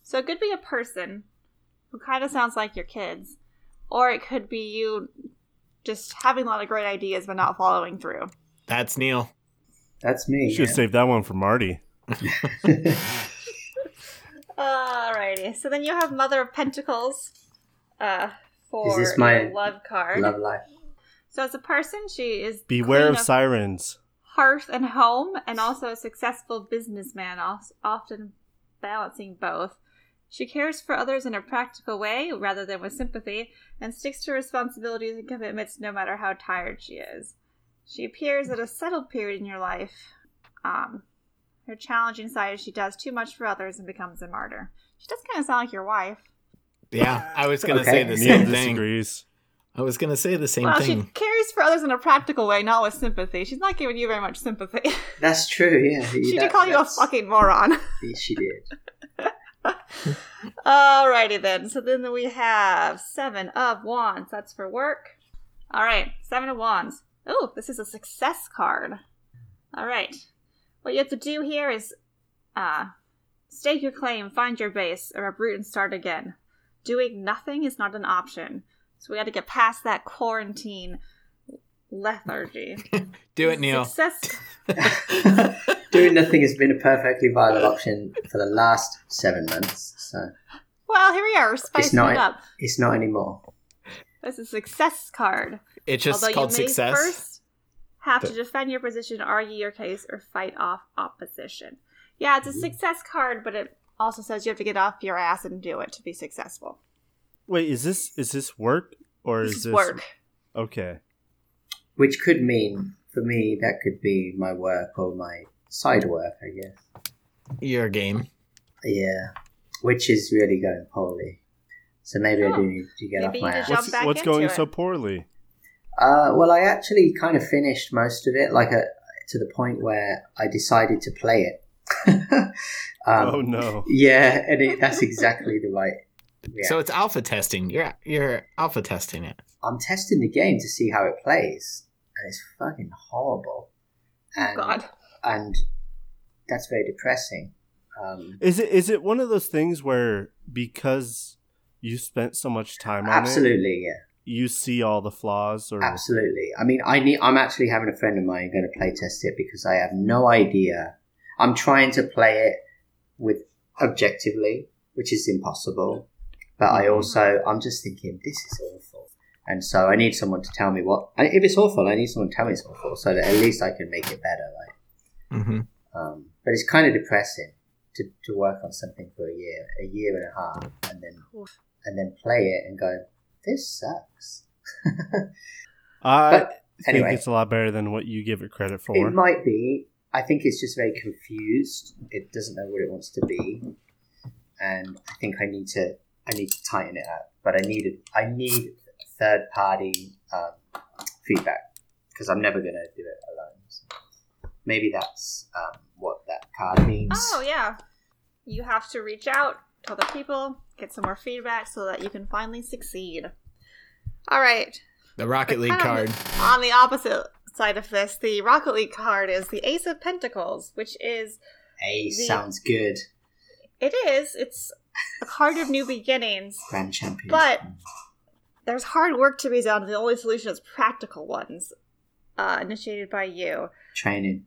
[SPEAKER 1] So it could be a person who kind of sounds like your kids, or it could be you just having a lot of great ideas but not following through.
[SPEAKER 2] That's Neil.
[SPEAKER 4] That's me.
[SPEAKER 3] You should have saved that one for Marty.
[SPEAKER 1] Alrighty. So then you have Mother of Pentacles uh, for
[SPEAKER 4] Is this my
[SPEAKER 1] your love card.
[SPEAKER 4] Love life.
[SPEAKER 1] So as a person, she is
[SPEAKER 3] Beware
[SPEAKER 1] queen
[SPEAKER 3] of sirens.
[SPEAKER 1] hearth and home, and also a successful businessman, al- often balancing both. She cares for others in a practical way rather than with sympathy, and sticks to responsibilities and commitments no matter how tired she is. She appears at a settled period in your life. Um, her challenging side is she does too much for others and becomes a martyr. She does kind of sound like your wife.
[SPEAKER 2] Yeah, I was gonna
[SPEAKER 4] Okay.
[SPEAKER 2] say the
[SPEAKER 3] Neil
[SPEAKER 2] same thing.
[SPEAKER 3] disagrees.
[SPEAKER 2] I was gonna say the same
[SPEAKER 1] well, she
[SPEAKER 2] thing.
[SPEAKER 1] cares for others in a practical way, not with sympathy. She's not giving you very much sympathy.
[SPEAKER 4] That's true. Yeah.
[SPEAKER 1] she
[SPEAKER 4] that-
[SPEAKER 1] did call you a
[SPEAKER 4] that's-
[SPEAKER 1] fucking moron.
[SPEAKER 4] Yes, she did.
[SPEAKER 1] Alrighty then. So then we have Seven of Wands. That's for work. All right, Seven of Wands. Oh, this is a success card. All right. What you have to do here is uh, stake your claim, find your base, or uproot and start again. Doing nothing is not an option. So we got to get past that quarantine lethargy.
[SPEAKER 2] Do it, Neil.
[SPEAKER 1] Success.
[SPEAKER 4] Doing nothing has been a perfectly viable option for the last seven months, so
[SPEAKER 1] Well, here we are. We're spicing
[SPEAKER 4] not-
[SPEAKER 1] it up.
[SPEAKER 4] it's not anymore.
[SPEAKER 1] That's a success card.
[SPEAKER 2] It's just
[SPEAKER 1] Although
[SPEAKER 2] called
[SPEAKER 1] you may
[SPEAKER 2] success.
[SPEAKER 1] first have to
[SPEAKER 2] But-
[SPEAKER 1] defend your position, argue your case, or fight off opposition. Yeah,
[SPEAKER 2] Mm-hmm.
[SPEAKER 1] it's a success card, but it also says you have to get off your ass and do it to be successful.
[SPEAKER 3] Wait, is this is this work or
[SPEAKER 1] This
[SPEAKER 3] is
[SPEAKER 1] is
[SPEAKER 3] this
[SPEAKER 1] work.
[SPEAKER 3] Okay.
[SPEAKER 4] Which could mean, for me, that could be my work or my side work, I guess.
[SPEAKER 2] Your game.
[SPEAKER 4] Yeah. Which is really going poorly. So maybe I
[SPEAKER 1] Oh.
[SPEAKER 4] do need to get
[SPEAKER 1] Maybe
[SPEAKER 4] off my
[SPEAKER 1] you
[SPEAKER 4] ass.
[SPEAKER 1] just Jump
[SPEAKER 3] What's
[SPEAKER 1] back
[SPEAKER 3] what's
[SPEAKER 1] into
[SPEAKER 3] going
[SPEAKER 1] it.
[SPEAKER 3] so poorly?
[SPEAKER 4] Uh, well, I actually kind of finished most of it, like a, to the point where I decided to play it. um,
[SPEAKER 3] oh no.
[SPEAKER 4] Yeah, and it, that's exactly the right. Yeah.
[SPEAKER 2] So it's alpha testing. You're you're alpha testing it.
[SPEAKER 4] I'm testing the game to see how it plays, and it's fucking horrible. And,
[SPEAKER 1] God.
[SPEAKER 4] And that's very depressing. Um,
[SPEAKER 3] Is it is it one of those things where because you spent so much time on it,
[SPEAKER 4] absolutely, yeah,
[SPEAKER 3] you see all the flaws or
[SPEAKER 4] absolutely. I mean, I need. I'm actually having a friend of mine going to play test it because I have no idea. I'm trying to play it with objectively, which is impossible. But I also, I'm just thinking this is awful, and so I need someone to tell me what. and If it's awful, I need someone to tell me it's awful, so that at least I can make it better. Right.
[SPEAKER 2] hmm
[SPEAKER 4] Um, but it's kind of depressing to, to work on something for a year, a year and a half, and then
[SPEAKER 1] Oof.
[SPEAKER 4] and then play it and go, this sucks.
[SPEAKER 3] I
[SPEAKER 4] But
[SPEAKER 3] think
[SPEAKER 4] anyway.
[SPEAKER 3] it's a lot better than what you give it credit for.
[SPEAKER 4] It might be. I think it's just very confused. It doesn't know what it wants to be, and I think I need to I need to tighten it up. But I needed I need third party um, feedback because I'm never gonna do it alone. So maybe that's um, what that card means.
[SPEAKER 1] Oh, yeah. You have to reach out to other people, get some more feedback so that you can finally succeed. All right.
[SPEAKER 2] The Rocket League
[SPEAKER 1] Um,
[SPEAKER 2] card.
[SPEAKER 1] On the opposite side of this, the Rocket League card is the Ace of Pentacles, which is
[SPEAKER 4] A
[SPEAKER 1] The-
[SPEAKER 4] sounds good.
[SPEAKER 1] it is it's a card of new beginnings,
[SPEAKER 4] Grand champion.
[SPEAKER 1] But- There's hard work to be done. The only solution is practical ones, uh, initiated by you.
[SPEAKER 4] training.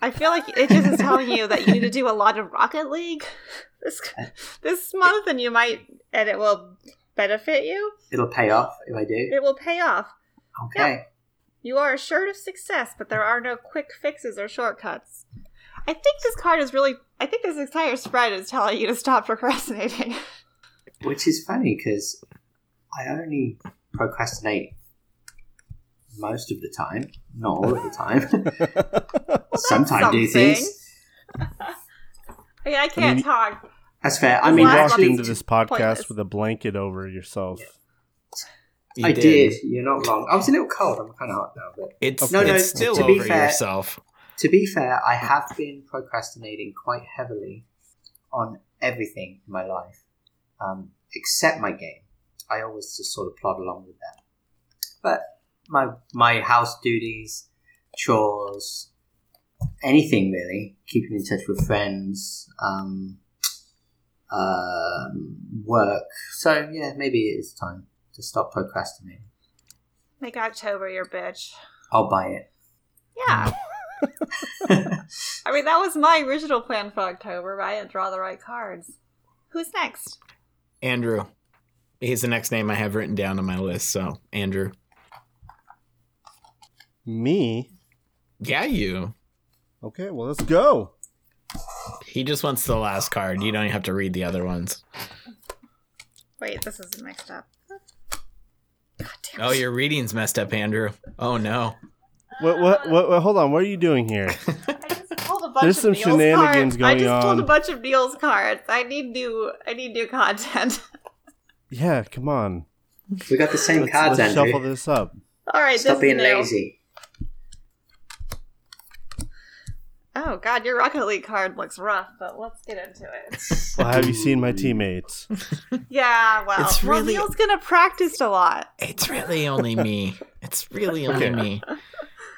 [SPEAKER 1] I feel like it just is telling you that you need to do a lot of Rocket League this this month, and you might, and it will benefit you.
[SPEAKER 4] It'll pay off if I do.
[SPEAKER 1] It will pay off.
[SPEAKER 4] Okay.
[SPEAKER 1] You are assured of success, but there are no quick fixes or shortcuts. I think this card is really. I think this entire spread is telling you to stop procrastinating.
[SPEAKER 4] Which is funny because I only procrastinate most of the time, not all of the time. Sometimes do
[SPEAKER 1] something.
[SPEAKER 4] things.
[SPEAKER 1] I, mean, I can't
[SPEAKER 3] mean-
[SPEAKER 1] talk.
[SPEAKER 4] That's fair. I
[SPEAKER 1] This
[SPEAKER 4] mean,
[SPEAKER 1] last
[SPEAKER 4] that's,
[SPEAKER 3] walked
[SPEAKER 1] one is
[SPEAKER 3] into this podcast
[SPEAKER 1] pointless.
[SPEAKER 3] with a blanket over yourself.
[SPEAKER 2] You
[SPEAKER 4] I did. You're not wrong. I was a little cold. I'm kind of hot now, but
[SPEAKER 2] It's
[SPEAKER 4] No, no,
[SPEAKER 2] it's still
[SPEAKER 4] to be
[SPEAKER 2] over
[SPEAKER 4] fair-
[SPEAKER 2] yourself.
[SPEAKER 4] to be fair, I have been procrastinating quite heavily on everything in my life, um, except my game. I always just sort of plod along with that. But my my house duties, chores, anything really, keeping in touch with friends, um, um, work. So yeah, maybe it is time to stop procrastinating.
[SPEAKER 1] Make October your bitch.
[SPEAKER 4] I'll buy it.
[SPEAKER 1] Yeah. I mean, that was my original plan for October, but I didn't draw the right cards. Who's next?
[SPEAKER 2] Andrew. He's the next name I have written down on my list. So Andrew.
[SPEAKER 3] Me?
[SPEAKER 2] Yeah, you.
[SPEAKER 3] Okay, well let's go.
[SPEAKER 2] He just wants the last card. You don't even have to read the other ones.
[SPEAKER 1] Wait, this is mixed up. God damn
[SPEAKER 2] Oh,
[SPEAKER 1] it.
[SPEAKER 2] your reading's messed up, Andrew. Oh no.
[SPEAKER 3] What, what? What? What? Hold on. What are you doing here?
[SPEAKER 1] I just pulled a bunch
[SPEAKER 3] There's
[SPEAKER 1] of
[SPEAKER 3] some
[SPEAKER 1] Neil's cards.
[SPEAKER 3] shenanigans
[SPEAKER 1] I
[SPEAKER 3] going
[SPEAKER 1] just pulled a
[SPEAKER 3] on.
[SPEAKER 1] bunch of Neil's cards. I need new. I need new content.
[SPEAKER 3] Yeah, come on.
[SPEAKER 4] We got the same
[SPEAKER 3] Let's,
[SPEAKER 4] cards,
[SPEAKER 3] let's
[SPEAKER 4] Andrew.
[SPEAKER 3] shuffle this up.
[SPEAKER 1] All right,
[SPEAKER 4] Stop
[SPEAKER 1] this
[SPEAKER 4] being
[SPEAKER 1] is new.
[SPEAKER 4] lazy.
[SPEAKER 1] Oh god, your Rocket League card looks rough, but let's get into it.
[SPEAKER 3] Well, have you seen my teammates?
[SPEAKER 1] Yeah, well,
[SPEAKER 2] It's
[SPEAKER 1] well,
[SPEAKER 2] really-
[SPEAKER 1] Neil's gonna practice a lot.
[SPEAKER 2] It's really only me. It's really only
[SPEAKER 3] Okay.
[SPEAKER 2] me.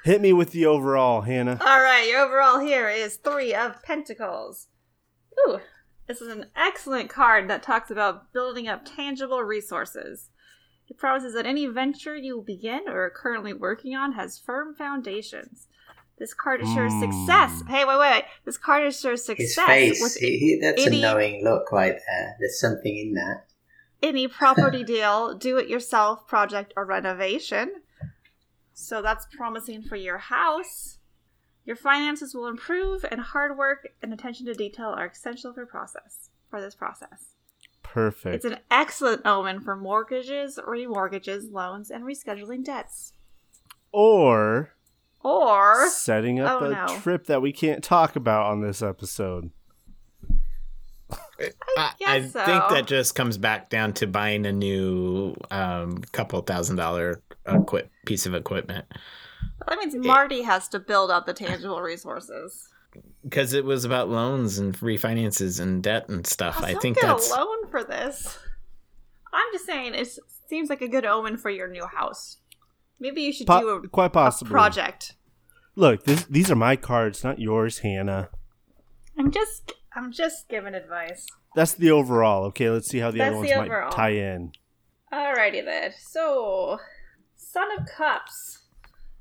[SPEAKER 3] Hit me with the overall, Hannah.
[SPEAKER 1] All right, your overall here is three of Pentacles. Ooh, this is an excellent card that talks about building up tangible resources. It promises that any venture you begin or are currently working on has firm foundations. This card assures
[SPEAKER 3] Hmm.
[SPEAKER 1] success. Hey, wait, wait, wait. This card assures
[SPEAKER 4] His
[SPEAKER 1] success
[SPEAKER 4] face.
[SPEAKER 1] with
[SPEAKER 4] He- he- that's
[SPEAKER 1] any-
[SPEAKER 4] a knowing look right there. There's something in that.
[SPEAKER 1] any property deal, do it yourself project, or renovation. So that's promising for your house. Your finances will improve, and hard work and attention to detail are essential for process for this process. It's
[SPEAKER 3] Perfect.
[SPEAKER 1] an excellent omen for mortgages, remortgages, loans, and rescheduling debts.
[SPEAKER 3] Or
[SPEAKER 1] Or
[SPEAKER 3] setting up
[SPEAKER 1] Oh,
[SPEAKER 3] a
[SPEAKER 1] no.
[SPEAKER 3] trip that we can't talk about on this episode.
[SPEAKER 1] I
[SPEAKER 2] I
[SPEAKER 1] guess
[SPEAKER 2] think
[SPEAKER 1] so.
[SPEAKER 2] that just comes back down to buying a new um, couple thousand dollar equip- piece of equipment
[SPEAKER 1] that means Marty has to build up the tangible resources.
[SPEAKER 2] because it was about loans and refinances and debt and stuff. I
[SPEAKER 1] Don't
[SPEAKER 2] think
[SPEAKER 1] get
[SPEAKER 2] that's
[SPEAKER 1] a loan for this. I'm just saying, it seems like a good omen for your new house. Maybe you should do
[SPEAKER 3] Po-
[SPEAKER 1] a,
[SPEAKER 3] quite
[SPEAKER 1] a
[SPEAKER 3] possibly.
[SPEAKER 1] project.
[SPEAKER 3] Look, this, these are my cards, not yours, Hannah.
[SPEAKER 1] I'm just, I'm just giving advice.
[SPEAKER 3] That's the overall. Okay, let's see how the
[SPEAKER 1] That's
[SPEAKER 3] other ones
[SPEAKER 1] the overall.
[SPEAKER 3] might tie in.
[SPEAKER 1] Alrighty then. So, Son of Cups.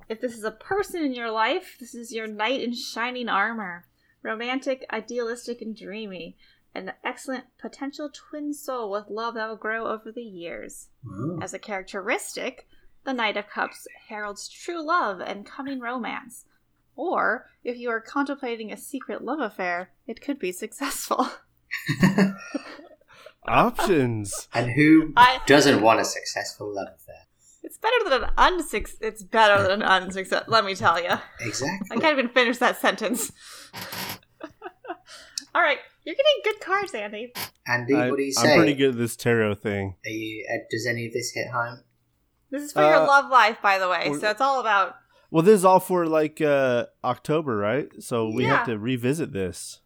[SPEAKER 1] If this is a person in your life, this is your knight in shining armor. Romantic, idealistic, and dreamy. An excellent potential twin soul with love that will grow over the years.
[SPEAKER 4] Wow.
[SPEAKER 1] As a characteristic, the Knight of Cups heralds true love and coming romance. Or, if you are contemplating a secret love affair, it could be successful.
[SPEAKER 3] Options.
[SPEAKER 4] And who
[SPEAKER 1] I-
[SPEAKER 4] doesn't want a successful love affair?
[SPEAKER 1] It's better than an unsuc. It's better than an unsuccess. Let me tell you, I
[SPEAKER 4] Exactly.
[SPEAKER 1] can't even finish that sentence. All right, you're getting good cards, Andy.
[SPEAKER 4] Andy,
[SPEAKER 3] I,
[SPEAKER 4] what do you
[SPEAKER 3] I'm
[SPEAKER 4] say?
[SPEAKER 3] pretty good at this tarot thing.
[SPEAKER 4] Are you, uh, does any of this hit home?
[SPEAKER 1] This is for
[SPEAKER 3] Uh,
[SPEAKER 1] your love life, by the way.
[SPEAKER 3] we're-
[SPEAKER 1] So it's all about.
[SPEAKER 3] Well, this is all for like uh October, right? So we have
[SPEAKER 1] Yeah.
[SPEAKER 3] to revisit this.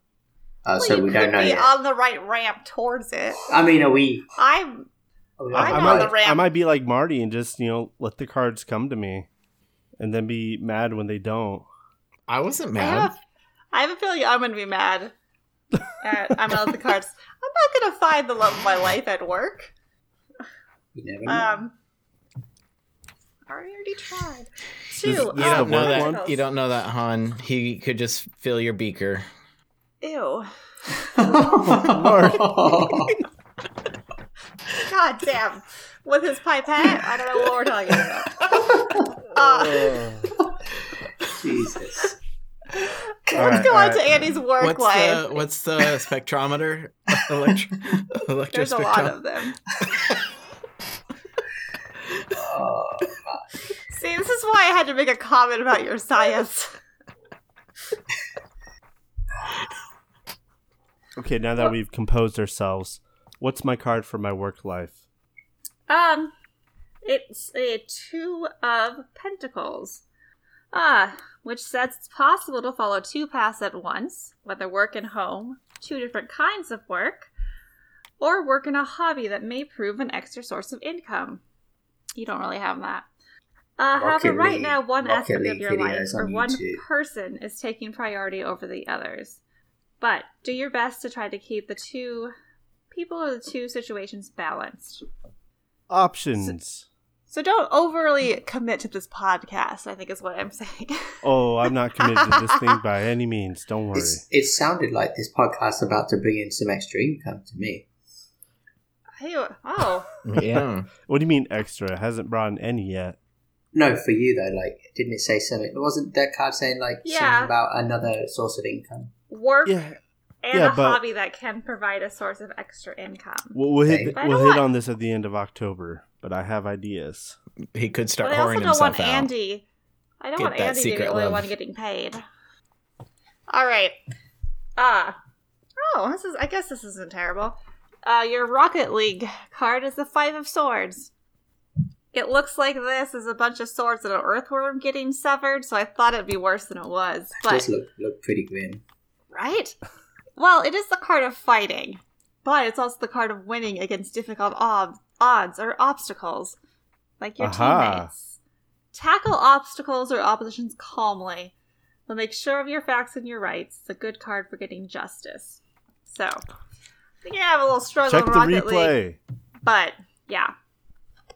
[SPEAKER 4] Oh,
[SPEAKER 1] Well,
[SPEAKER 4] so
[SPEAKER 1] you
[SPEAKER 4] we don't
[SPEAKER 1] could
[SPEAKER 4] know
[SPEAKER 1] be
[SPEAKER 4] yet.
[SPEAKER 1] on the right ramp towards it.
[SPEAKER 4] I mean, are we?
[SPEAKER 1] I'm
[SPEAKER 4] Are we
[SPEAKER 1] I
[SPEAKER 3] I,
[SPEAKER 1] I'm know
[SPEAKER 3] might,
[SPEAKER 1] the ramp.
[SPEAKER 3] I might be like Marty and just you know let the cards come to me, and then be mad when they don't.
[SPEAKER 2] I wasn't
[SPEAKER 1] I
[SPEAKER 2] mad.
[SPEAKER 1] have, a- I have a feeling I'm going to be mad. At, I'm out of the cards. I'm not going to find the love of my life at work.
[SPEAKER 4] You never know.
[SPEAKER 1] Um, I already tried. Two. uh,
[SPEAKER 3] This- you
[SPEAKER 2] You
[SPEAKER 1] of
[SPEAKER 2] don't know
[SPEAKER 3] work
[SPEAKER 2] that.
[SPEAKER 1] Pentacles.
[SPEAKER 2] You don't know that, Han. He could just fill your beaker.
[SPEAKER 1] Ew.
[SPEAKER 4] Mark.
[SPEAKER 1] God damn. With his pipette? I don't know what we're talking about. Uh,
[SPEAKER 4] Jesus.
[SPEAKER 1] let's
[SPEAKER 3] right,
[SPEAKER 1] go
[SPEAKER 3] all
[SPEAKER 1] on
[SPEAKER 3] right.
[SPEAKER 1] to Andy's work
[SPEAKER 2] What's uh,
[SPEAKER 1] life.
[SPEAKER 2] the what's the spectrometer? Electro,
[SPEAKER 1] There's a
[SPEAKER 2] electrospectro-
[SPEAKER 1] lot of them.
[SPEAKER 4] Oh,
[SPEAKER 1] See, this is why I had to make a comment about your science.
[SPEAKER 3] Okay, now that we've composed ourselves, what's my card for my work life?
[SPEAKER 1] Um, it's a two of pentacles. Ah, which says it's possible to follow two paths at once, whether work and home, two different kinds of work, or work in a hobby that may prove an extra source of income. You don't really have that. Uh, however,
[SPEAKER 4] Rocket
[SPEAKER 1] right
[SPEAKER 4] League-
[SPEAKER 1] now, one
[SPEAKER 4] Rocket
[SPEAKER 1] aspect of
[SPEAKER 4] League
[SPEAKER 1] your life
[SPEAKER 4] videos
[SPEAKER 1] or
[SPEAKER 4] on
[SPEAKER 1] one
[SPEAKER 4] YouTube.
[SPEAKER 1] person is taking priority over the others. But do your best to try to keep the two people or the two situations balanced.
[SPEAKER 3] Options.
[SPEAKER 1] So don't overly commit to this podcast, I think is what I'm saying.
[SPEAKER 3] Oh, I'm not committed to this thing by any means. Don't worry.
[SPEAKER 4] it's, it sounded like this podcast about to bring in some extra income to me.
[SPEAKER 1] Hey, oh,
[SPEAKER 2] Yeah.
[SPEAKER 3] What do you mean extra? It hasn't brought in any yet.
[SPEAKER 4] No, for you though, like, didn't it say something? Wasn't that card saying like
[SPEAKER 1] Yeah.
[SPEAKER 4] something about another source of income?
[SPEAKER 1] work,
[SPEAKER 3] Yeah,
[SPEAKER 1] and
[SPEAKER 3] Yeah,
[SPEAKER 1] a
[SPEAKER 3] but-
[SPEAKER 1] hobby that can provide a source of extra income.
[SPEAKER 3] We'll, we'll hit
[SPEAKER 1] Okay.
[SPEAKER 3] we'll
[SPEAKER 1] Why not?
[SPEAKER 3] hit on this at the end of October, but I have ideas.
[SPEAKER 2] He could
[SPEAKER 1] But
[SPEAKER 2] start
[SPEAKER 1] I also
[SPEAKER 2] whoring
[SPEAKER 1] don't want
[SPEAKER 2] himself out.
[SPEAKER 1] Andy. I don't
[SPEAKER 2] Get
[SPEAKER 1] want
[SPEAKER 2] that
[SPEAKER 1] Andy to be the
[SPEAKER 2] secret
[SPEAKER 1] only
[SPEAKER 2] love.
[SPEAKER 1] one getting paid. All right. Uh oh, this is. I guess this isn't terrible. Uh, your Rocket League card is the Five of Swords. It looks like this is a bunch of swords and an earthworm getting severed, so I thought it'd be worse than it was. But
[SPEAKER 4] Does look look pretty grim.
[SPEAKER 1] right? Well, it is the card of fighting, but it's also the card of winning against difficult ob- odds or obstacles, like your
[SPEAKER 3] Aha.
[SPEAKER 1] teammates. Tackle obstacles or oppositions calmly, but make sure of your facts and your rights. It's a good card for getting justice. So, I think you have a little struggle
[SPEAKER 3] Check
[SPEAKER 1] in
[SPEAKER 3] the
[SPEAKER 1] Rocket League,
[SPEAKER 3] replay.
[SPEAKER 1] but yeah,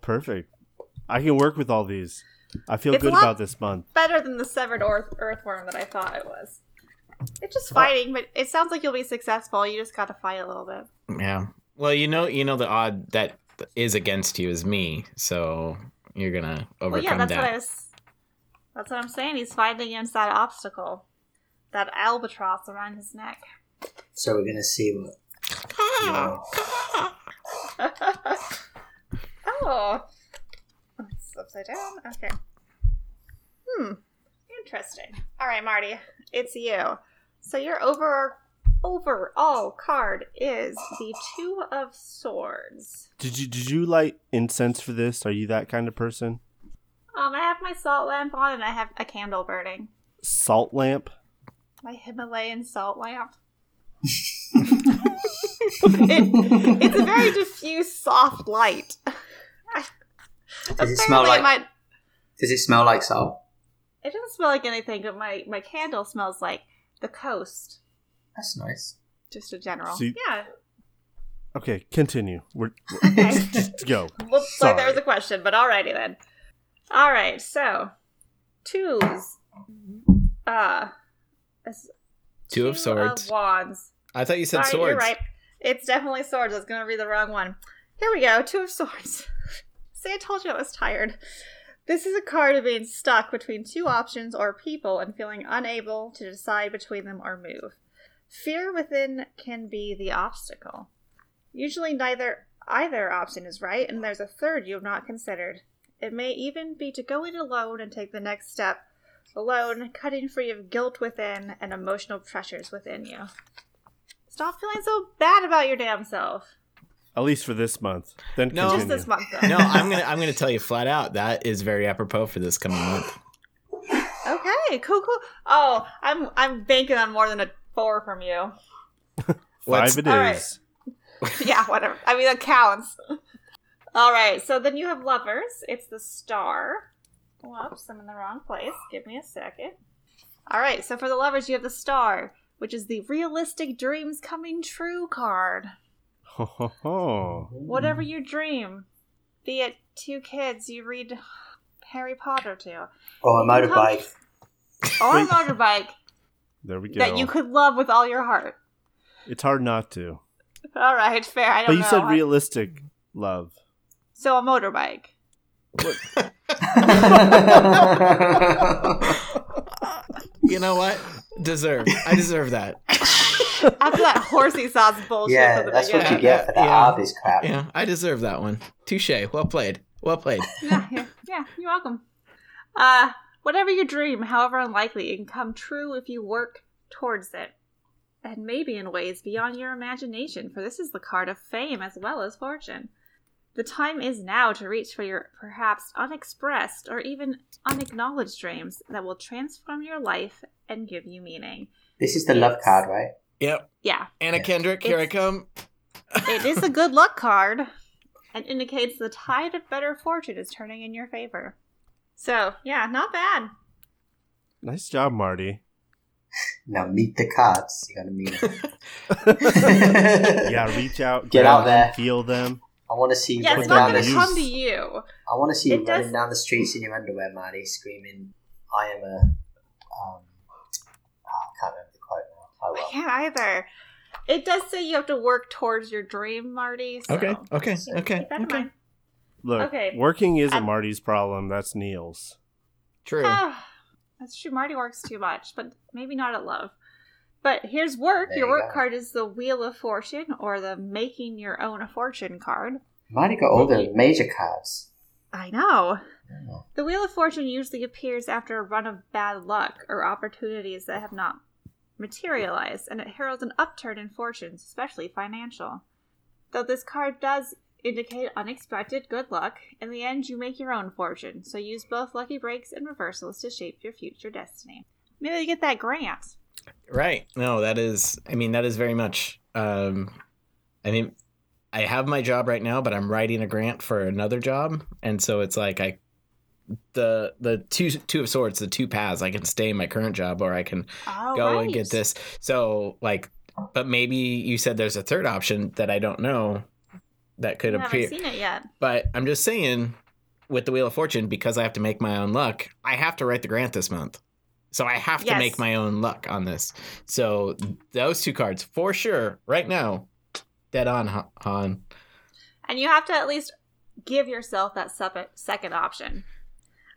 [SPEAKER 3] Perfect. I can work with all these. I feel
[SPEAKER 1] It's
[SPEAKER 3] good
[SPEAKER 1] a lot-
[SPEAKER 3] about this month.
[SPEAKER 1] better than the severed earth- earthworm that I thought it was. It's just fighting, but it sounds like you'll be successful. You just got to fight a little bit.
[SPEAKER 2] Yeah. Well, you know, you know the odd that is against you is me, so you're gonna
[SPEAKER 1] Well,
[SPEAKER 2] overcome
[SPEAKER 1] yeah, that's what I
[SPEAKER 2] that.
[SPEAKER 1] was. That's what I'm saying. He's fighting against that obstacle, that albatross around his neck.
[SPEAKER 4] So we're gonna see what. Wow.
[SPEAKER 1] oh, it's upside down. Okay. Hmm. Interesting. All right, Marty, it's you. So your over overall card is the Two of Swords.
[SPEAKER 3] Did you did you light incense for this? Are you that kind of person?
[SPEAKER 1] Um, I have my salt lamp on, and I have a candle burning.
[SPEAKER 3] Salt lamp.
[SPEAKER 1] My Himalayan salt lamp. It- it's a very diffuse, soft light.
[SPEAKER 4] Does it smell like-
[SPEAKER 1] my,
[SPEAKER 4] Does it smell like salt?
[SPEAKER 1] it doesn't smell like anything, but my, my candle smells like the coast,
[SPEAKER 4] That's nice.
[SPEAKER 1] just in general.
[SPEAKER 3] See-
[SPEAKER 1] yeah.
[SPEAKER 3] Okay, continue. We're,
[SPEAKER 1] Okay.
[SPEAKER 3] just go.
[SPEAKER 1] Looks like there
[SPEAKER 3] Sorry.
[SPEAKER 1] was a question, but alrighty then. Alright, so twos. Uh it's
[SPEAKER 2] Two of swords.
[SPEAKER 1] wands.
[SPEAKER 2] I thought you said
[SPEAKER 1] Sorry,
[SPEAKER 2] swords.
[SPEAKER 1] You're right. It's definitely swords. I was going to read the wrong one. Here we go. Two of swords. See, I told you I was tired. This is a card of being stuck between two options or people and feeling unable to decide between them or move. Fear within can be the obstacle. Usually, neither either option is right, and there's a third you have not considered. It may even be to go in alone and take the next step alone, cutting free of guilt within and emotional pressures within you. Stop feeling so bad about your damn self.
[SPEAKER 3] At least for this month. Then
[SPEAKER 2] No.
[SPEAKER 1] Just
[SPEAKER 3] continue.
[SPEAKER 1] this month, though.
[SPEAKER 2] No, I'm gonna I'm gonna tell you flat out that is very apropos for this coming month.
[SPEAKER 1] Okay, cool, cool. Oh, I'm I'm banking on more than a four from you.
[SPEAKER 2] What's-
[SPEAKER 3] Five it
[SPEAKER 1] All right.
[SPEAKER 3] is.
[SPEAKER 1] yeah, whatever. I mean, that counts. All right, so then you have lovers. It's the star. Whoops, I'm in the wrong place. Give me a second. All right, so for the lovers, you have the star, which is the realistic dreams coming true card.
[SPEAKER 3] Ho, ho, ho.
[SPEAKER 1] whatever
[SPEAKER 2] Hmm.
[SPEAKER 1] you dream, be it two kids you read Harry Potter to,
[SPEAKER 4] Or a motorbike.
[SPEAKER 1] or Oh, a
[SPEAKER 3] Wait.
[SPEAKER 1] motorbike
[SPEAKER 3] There we go.
[SPEAKER 1] that you could love with all your heart.
[SPEAKER 3] It's hard not to.
[SPEAKER 1] All right, fair. I don't
[SPEAKER 3] But you
[SPEAKER 1] know.
[SPEAKER 3] said realistic love.
[SPEAKER 1] So a motorbike.
[SPEAKER 2] You know what? Deserve. I deserve that.
[SPEAKER 1] After that horsey sauce bullshit.
[SPEAKER 4] yeah,
[SPEAKER 1] from the
[SPEAKER 4] that's what you
[SPEAKER 1] beginning.
[SPEAKER 4] get for that
[SPEAKER 2] Yeah.
[SPEAKER 4] Arby's crap.
[SPEAKER 2] Yeah, I deserve that one. Touche. Well played. Well played.
[SPEAKER 1] yeah, yeah, yeah, you're welcome. Uh, whatever your dream, however unlikely, it can come true if you work towards it. And maybe in ways beyond your imagination, for this is the card of fame as well as fortune. The time is now to reach for your perhaps unexpressed or even unacknowledged dreams that will transform your life and give you meaning.
[SPEAKER 4] This is the love
[SPEAKER 1] Yes.
[SPEAKER 4] card, right?
[SPEAKER 2] Yep.
[SPEAKER 1] Yeah,
[SPEAKER 2] Anna Kendrick, here I
[SPEAKER 1] It's-
[SPEAKER 2] come.
[SPEAKER 1] it is a good luck card and indicates the tide of better fortune is turning in your favor. So, yeah, not bad.
[SPEAKER 3] Nice job, Marty.
[SPEAKER 4] Now meet the cards. You gotta meet them.
[SPEAKER 3] Yeah, reach out,
[SPEAKER 4] Get
[SPEAKER 3] grab
[SPEAKER 4] out
[SPEAKER 3] them,
[SPEAKER 4] there.
[SPEAKER 3] feel them.
[SPEAKER 4] I want to see you
[SPEAKER 1] Yeah,
[SPEAKER 4] running
[SPEAKER 1] it's
[SPEAKER 3] Put
[SPEAKER 1] not
[SPEAKER 4] down
[SPEAKER 1] going
[SPEAKER 3] it
[SPEAKER 4] the.
[SPEAKER 1] to
[SPEAKER 3] use.
[SPEAKER 1] come to you.
[SPEAKER 4] I want to see you
[SPEAKER 1] It
[SPEAKER 4] running
[SPEAKER 1] does-
[SPEAKER 4] down the streets in your underwear, Marty, screaming, "I am a." Um, oh, I can't remember the quote now. Oh
[SPEAKER 1] I
[SPEAKER 4] well.
[SPEAKER 1] can't either. It does say you have to work towards your dream, Marty. So
[SPEAKER 2] Okay. Okay. Okay.
[SPEAKER 1] Keep that in mind.
[SPEAKER 3] Look,
[SPEAKER 1] Okay.
[SPEAKER 3] working isn't
[SPEAKER 1] I'm-
[SPEAKER 3] Marty's problem. That's Neil's.
[SPEAKER 2] True.
[SPEAKER 1] Um, Ah, that's true. Marty works too much, but maybe not at love. But here's work.
[SPEAKER 4] There
[SPEAKER 1] your
[SPEAKER 4] you
[SPEAKER 1] work
[SPEAKER 4] go.
[SPEAKER 1] card is the Wheel of Fortune or the Making Your Own a Fortune card.
[SPEAKER 4] Mine have got all the major cards.
[SPEAKER 1] I know.
[SPEAKER 4] Oh.
[SPEAKER 1] The Wheel of Fortune usually appears after a run of bad luck or opportunities that have not materialized, and it heralds an upturn in fortunes, especially financial. Though this card does indicate unexpected good luck, in the end you make your own fortune, so use both lucky breaks and reversals to shape your future destiny. Maybe you get that grant.
[SPEAKER 2] Right. No, that is. I mean, that is very much. Um, I mean, I have my job right now, but I'm writing a grant for another job, and so it's like I, the the two two of swords, the two paths. I can stay in my current job, or I can
[SPEAKER 1] Oh,
[SPEAKER 2] go and
[SPEAKER 1] right.
[SPEAKER 2] get this. So like, but maybe you said there's a third option that I don't know that could
[SPEAKER 1] I haven't
[SPEAKER 2] appear.
[SPEAKER 1] seen it yet.
[SPEAKER 2] But I'm just saying, with the Wheel of Fortune, because I have to make my own luck, I have to write the grant this month. So I have to
[SPEAKER 1] Yes.
[SPEAKER 2] make my own luck on this. So those two cards, for sure, right now, dead on, Ha- Han.
[SPEAKER 1] And you have to at least give yourself that sup- second option.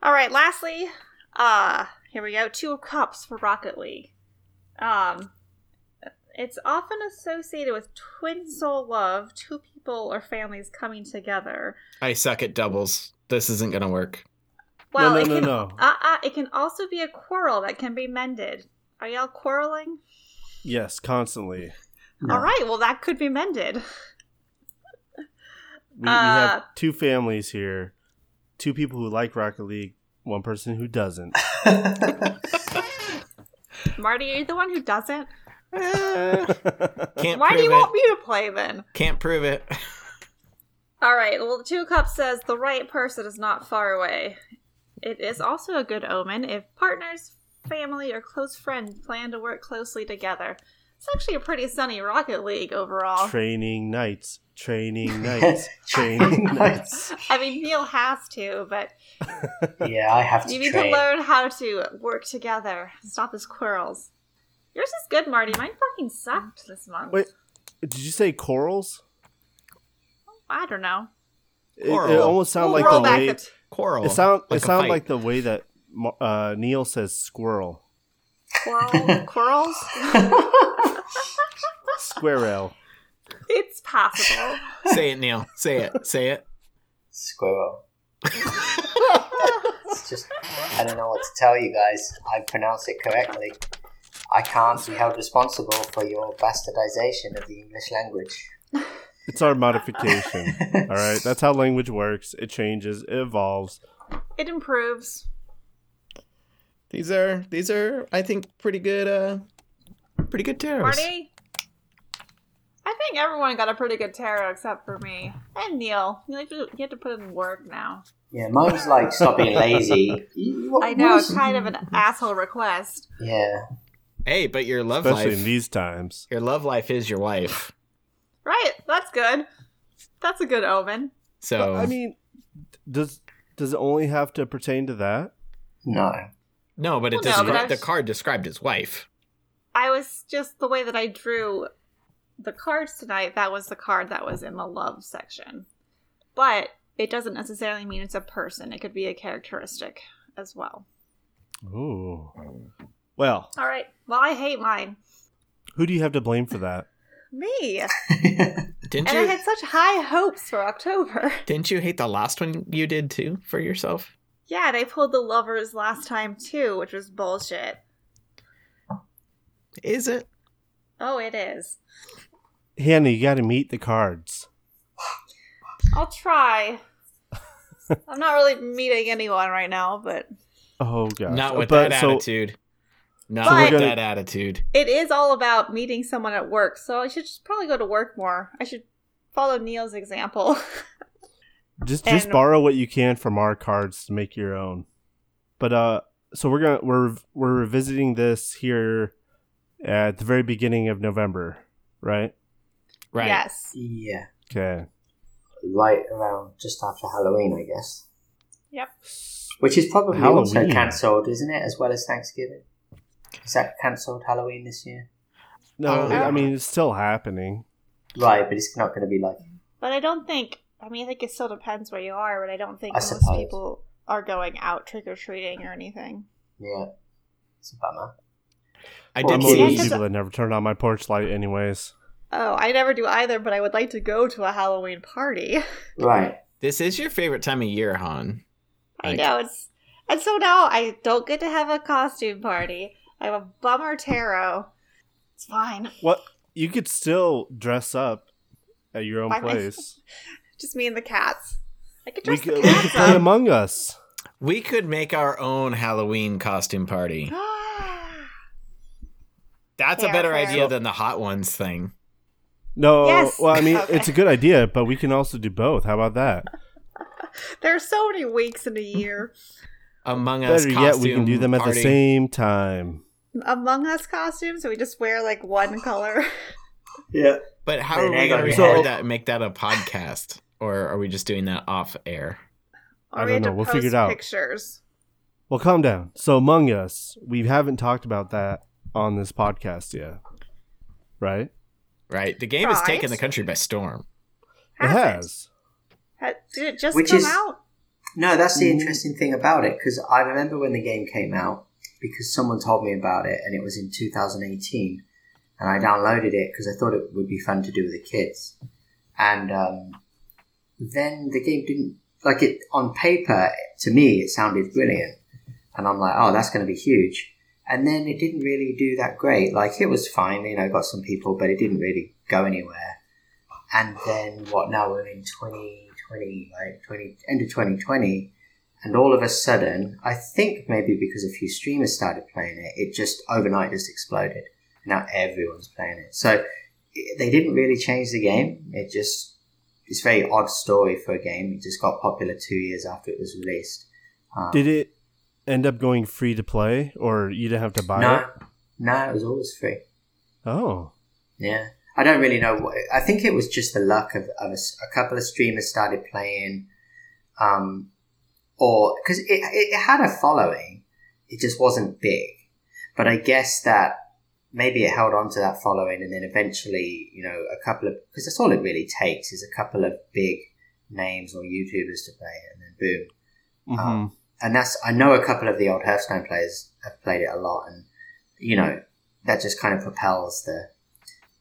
[SPEAKER 1] All right, lastly, uh, here we go. Two of Cups for Rocket League. Um, it's often associated with twin soul love, two people or families coming together.
[SPEAKER 2] I suck at doubles. This isn't going to work.
[SPEAKER 1] Well,
[SPEAKER 3] no,
[SPEAKER 1] it
[SPEAKER 3] no,
[SPEAKER 1] can,
[SPEAKER 3] no, no.
[SPEAKER 1] Uh, uh, it can also be a quarrel that can be mended. Are y'all quarreling?
[SPEAKER 3] Yes, constantly.
[SPEAKER 1] All right, well, that could be mended.
[SPEAKER 3] We, we have
[SPEAKER 1] Uh,
[SPEAKER 3] two families here, two people who like Rocket League, one person who doesn't.
[SPEAKER 1] Marty, are you the one who doesn't?
[SPEAKER 2] Can't
[SPEAKER 1] Uh, Why do
[SPEAKER 2] prove
[SPEAKER 1] you
[SPEAKER 2] it.
[SPEAKER 1] want me to play then?
[SPEAKER 2] Can't prove it.
[SPEAKER 1] All right. Well, the Two of Cups says the right person is not far away. It is also a good omen if partners, family, or close friend plan to work closely together. It's actually a pretty sunny Rocket League overall.
[SPEAKER 3] training nights, training nights, training nights.
[SPEAKER 4] Nice.
[SPEAKER 1] I mean, Neil has to, but
[SPEAKER 4] Yeah, I have to
[SPEAKER 1] you need
[SPEAKER 4] train.
[SPEAKER 1] to learn how to work together. Stop his quarrels. Yours is good, Marty. Mine fucking sucked this month.
[SPEAKER 3] Wait, did you say corals?
[SPEAKER 1] I don't know.
[SPEAKER 3] It, it
[SPEAKER 2] Coral.
[SPEAKER 3] almost sound
[SPEAKER 1] We'll
[SPEAKER 3] like
[SPEAKER 1] roll
[SPEAKER 3] the
[SPEAKER 1] back
[SPEAKER 3] way
[SPEAKER 1] the-
[SPEAKER 2] Quarrel.
[SPEAKER 3] it sound
[SPEAKER 2] Like
[SPEAKER 3] it
[SPEAKER 2] a
[SPEAKER 3] sound
[SPEAKER 2] fight.
[SPEAKER 3] like the way that Mo- uh, Neil says squirrel,
[SPEAKER 1] Quarrel, quarrels?
[SPEAKER 3] squirrel.
[SPEAKER 1] it's possible.
[SPEAKER 2] Say it, Neil. Say it. Say it.
[SPEAKER 4] Squirrel. it's just, I don't know what to tell you guys. I pronounce it correctly. I can't be held responsible for your bastardization of the English language.
[SPEAKER 3] It's our modification. All right, that's how language works. It changes, it evolves.
[SPEAKER 1] It improves.
[SPEAKER 2] These are these are I think pretty good. uh Pretty good tarot.
[SPEAKER 1] Marty? I think everyone got a pretty good tarot except for me. And Neil. You have to, you have to put in work now.
[SPEAKER 4] Yeah, mine's like, stop being lazy. You- you- what-
[SPEAKER 1] I know,
[SPEAKER 4] Oh, what
[SPEAKER 1] it's
[SPEAKER 4] is-
[SPEAKER 1] kind of an asshole request.
[SPEAKER 4] Yeah.
[SPEAKER 2] Hey, but your love
[SPEAKER 3] Especially
[SPEAKER 2] life.
[SPEAKER 3] in these times.
[SPEAKER 2] your love life is your wife.
[SPEAKER 1] Right, that's good. That's a good omen.
[SPEAKER 2] So
[SPEAKER 3] But, I mean, does does it only have to pertain to that?
[SPEAKER 4] No.
[SPEAKER 2] No, but it
[SPEAKER 1] Well, no,
[SPEAKER 2] descri-
[SPEAKER 1] but I
[SPEAKER 2] the
[SPEAKER 1] was-
[SPEAKER 2] card described his wife.
[SPEAKER 1] I was just the way that I drew the cards tonight, that was the card that was in the love section. But it doesn't necessarily mean it's a person, it could be a characteristic as well.
[SPEAKER 3] Ooh. Well,
[SPEAKER 1] All right, well, I hate mine.
[SPEAKER 3] who do you have to blame for that?
[SPEAKER 1] Me.
[SPEAKER 2] Didn't
[SPEAKER 1] And I
[SPEAKER 2] you?
[SPEAKER 1] had such high hopes for October.
[SPEAKER 2] Didn't you hate the last one you did too for yourself?
[SPEAKER 1] Yeah, and I pulled the lovers last time too, which was bullshit.
[SPEAKER 2] Is it?
[SPEAKER 1] Oh, it is.
[SPEAKER 3] Hannah, you got to meet the cards.
[SPEAKER 1] I'll try. I'm not really meeting anyone right now, but
[SPEAKER 3] Oh gosh.
[SPEAKER 2] Not with
[SPEAKER 3] But
[SPEAKER 2] that
[SPEAKER 3] so-
[SPEAKER 2] attitude. Not
[SPEAKER 1] So we're
[SPEAKER 2] with
[SPEAKER 3] gonna-
[SPEAKER 2] that attitude.
[SPEAKER 1] it is all about meeting someone at work, so I should just probably go to work more. I should follow Neil's example.
[SPEAKER 3] just just
[SPEAKER 1] And-
[SPEAKER 3] borrow what you can from our cards to make your own but uh so we're gonna we're we're revisiting this here at the very beginning of november right
[SPEAKER 2] Right.
[SPEAKER 1] Yes.
[SPEAKER 4] Yeah.
[SPEAKER 3] okay
[SPEAKER 4] Right around just after Halloween, I guess.
[SPEAKER 1] Yep.
[SPEAKER 4] Which is probably also
[SPEAKER 3] Halloween.
[SPEAKER 4] cancelled, isn't it? As well as Thanksgiving. Is that cancelled Halloween this year?
[SPEAKER 3] no
[SPEAKER 2] Oh.
[SPEAKER 3] i mean it's still happening
[SPEAKER 4] Right, but it's not going to be like
[SPEAKER 1] But I don't think, I mean, I think it still depends where you are, but I don't think
[SPEAKER 4] I
[SPEAKER 1] most
[SPEAKER 4] suppose.
[SPEAKER 1] people are going out trick or treating or anything.
[SPEAKER 4] Yeah. It's a bummer.
[SPEAKER 2] I
[SPEAKER 4] Well,
[SPEAKER 2] did
[SPEAKER 3] I'm
[SPEAKER 4] It's-
[SPEAKER 3] one
[SPEAKER 1] Yeah,
[SPEAKER 3] of those
[SPEAKER 1] it's-
[SPEAKER 2] see.
[SPEAKER 3] people that never turned on my porch light, anyways.
[SPEAKER 1] Oh, I never do either, but I would like to go to a Halloween party.
[SPEAKER 4] Right.
[SPEAKER 2] This is your favorite time of year, Han.
[SPEAKER 1] I
[SPEAKER 2] Like-
[SPEAKER 1] know it's, and so now I don't get to have a costume party. I have a bummer tarot. It's fine.
[SPEAKER 3] What you could still dress up at your own
[SPEAKER 1] By my-
[SPEAKER 3] place.
[SPEAKER 1] Just me and the cats. I could
[SPEAKER 3] we
[SPEAKER 1] dress
[SPEAKER 3] could,
[SPEAKER 1] the
[SPEAKER 3] we could
[SPEAKER 1] cats
[SPEAKER 3] play
[SPEAKER 1] up.
[SPEAKER 3] Among Us.
[SPEAKER 2] We could make our own Halloween costume party. That's a
[SPEAKER 1] Fair,
[SPEAKER 2] better
[SPEAKER 1] fair.
[SPEAKER 2] idea than the hot ones thing.
[SPEAKER 3] No,
[SPEAKER 1] Yes.
[SPEAKER 3] well, I mean,
[SPEAKER 1] Okay.
[SPEAKER 3] it's a good idea, but we can also do both. How about that?
[SPEAKER 1] there are so many weeks in a year.
[SPEAKER 2] Among Us
[SPEAKER 3] Better yet, we
[SPEAKER 2] costume
[SPEAKER 3] can do them at
[SPEAKER 2] party.
[SPEAKER 3] the same time.
[SPEAKER 1] Among Us costumes, so we just wear like one color.
[SPEAKER 4] Yeah.
[SPEAKER 2] But how
[SPEAKER 4] Wait,
[SPEAKER 2] are we
[SPEAKER 4] hang
[SPEAKER 2] going
[SPEAKER 4] on.
[SPEAKER 2] to
[SPEAKER 4] So-
[SPEAKER 2] record that and make that a podcast? Or are we just doing that off air?
[SPEAKER 1] Or we
[SPEAKER 3] I don't
[SPEAKER 1] had
[SPEAKER 3] know.
[SPEAKER 1] to
[SPEAKER 3] We'll
[SPEAKER 1] post
[SPEAKER 3] figure it out.
[SPEAKER 1] Pictures.
[SPEAKER 3] Well, calm down. So, Among Us, we haven't talked about that on this podcast yet, right?
[SPEAKER 2] Right? The game has
[SPEAKER 1] Right.
[SPEAKER 2] taken the country by storm.
[SPEAKER 3] It
[SPEAKER 1] Has it?
[SPEAKER 3] has.
[SPEAKER 1] Ha- Did it just
[SPEAKER 4] Which
[SPEAKER 1] come
[SPEAKER 4] is-
[SPEAKER 1] out?
[SPEAKER 4] No, that's the interesting thing about it because I remember when the game came out because someone told me about it and it was in 2018 and I downloaded it because I thought it would be fun to do with the kids. And um, then the game didn't like it on paper to me it sounded brilliant and I'm like, oh, that's going to be huge. And then it didn't really do that great. Like it was fine, you know, got some people, but it didn't really go anywhere and then what now we're in 2020 right 20 end of 2020 and all of a sudden i think maybe because a few streamers started playing it it just overnight just exploded now everyone's playing it so i- they didn't really change the game it just it's a very odd story for a game it just got popular two years after it was released um,
[SPEAKER 3] Did it end up going free to play, or you didn't have to buy
[SPEAKER 4] no
[SPEAKER 3] it?
[SPEAKER 4] no it was always free
[SPEAKER 3] Oh,
[SPEAKER 4] Yeah, I don't really know. What, I think it was just the luck of, of a, s- a couple of streamers started playing, um, or because it, it it had a following, it just wasn't big. But I guess that maybe it held on to that following, and then eventually, you know, a couple of because that's all it really takes is a couple of big names or YouTubers to play it, and then boom,
[SPEAKER 3] Mhm.
[SPEAKER 4] Um, and that's I know a couple of the old Hearthstone players have played it a lot, and you know that just kind of propels the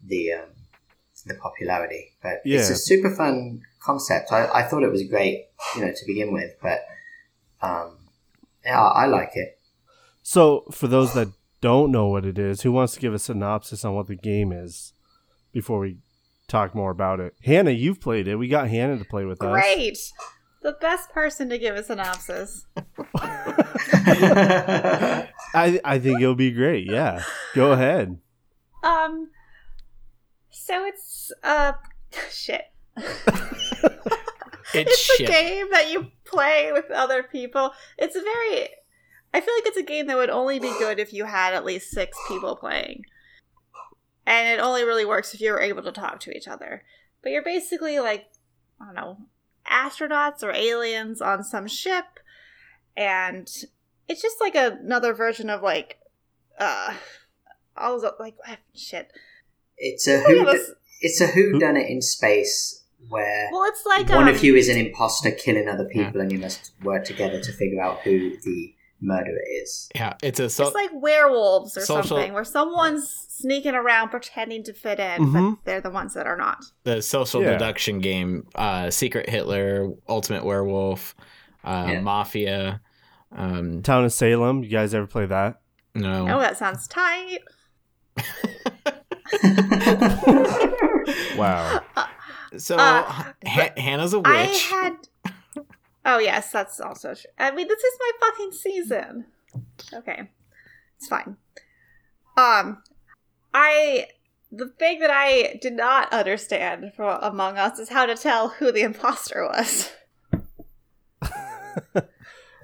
[SPEAKER 4] the um, the popularity. But it's
[SPEAKER 3] Yeah.
[SPEAKER 4] a super fun concept. I, I thought it was great, you know, to begin with, but um, yeah, I like it.
[SPEAKER 3] So, for those that don't know what it is, who wants to give a synopsis on what the game is before we talk more about it? Hannah, you've played it. We got Hannah to play with us.
[SPEAKER 1] Great. The best person to give a synopsis.
[SPEAKER 3] I I think it'll be great. Yeah, go ahead.
[SPEAKER 1] Um, so it's uh, shit.
[SPEAKER 2] It's,
[SPEAKER 1] It's a
[SPEAKER 2] shit.
[SPEAKER 1] game that you play with other people. It's a very. I feel like it's a game that would only be good if you had at least six people playing. And it only really works if you're able to talk to each other. But you're basically like, I don't know, astronauts or aliens on some ship. And it's just like another version of like, uh, all those, like, shit.
[SPEAKER 4] it's a
[SPEAKER 1] Well,
[SPEAKER 4] who it's a who done it in space where.
[SPEAKER 1] it's like
[SPEAKER 4] one
[SPEAKER 1] um,
[SPEAKER 4] of you is an imposter killing other people, and you must work together to figure out who the murderer is.
[SPEAKER 2] Yeah, it's a so
[SPEAKER 1] It's like werewolves or
[SPEAKER 2] social-
[SPEAKER 1] something, where someone's sneaking around pretending to fit in,
[SPEAKER 3] Mhm.
[SPEAKER 2] Mm-hmm.
[SPEAKER 1] but they're the ones that are not.
[SPEAKER 2] the social
[SPEAKER 3] Yeah.
[SPEAKER 2] deduction game. Uh, Secret Hitler, Ultimate Werewolf, uh,
[SPEAKER 4] Yeah.
[SPEAKER 2] Mafia. Um,
[SPEAKER 3] Town of Salem. You guys ever play that?
[SPEAKER 2] no,
[SPEAKER 1] Oh, that sounds tight.
[SPEAKER 3] Wow.
[SPEAKER 2] so
[SPEAKER 1] Uh,
[SPEAKER 2] ha- Hannah's a witch.
[SPEAKER 1] I had. Oh yes, that's also true. I mean, this is my fucking season. Okay, it's fine. Um, I the thing that I did not understand from Among Us is how to tell who the imposter was.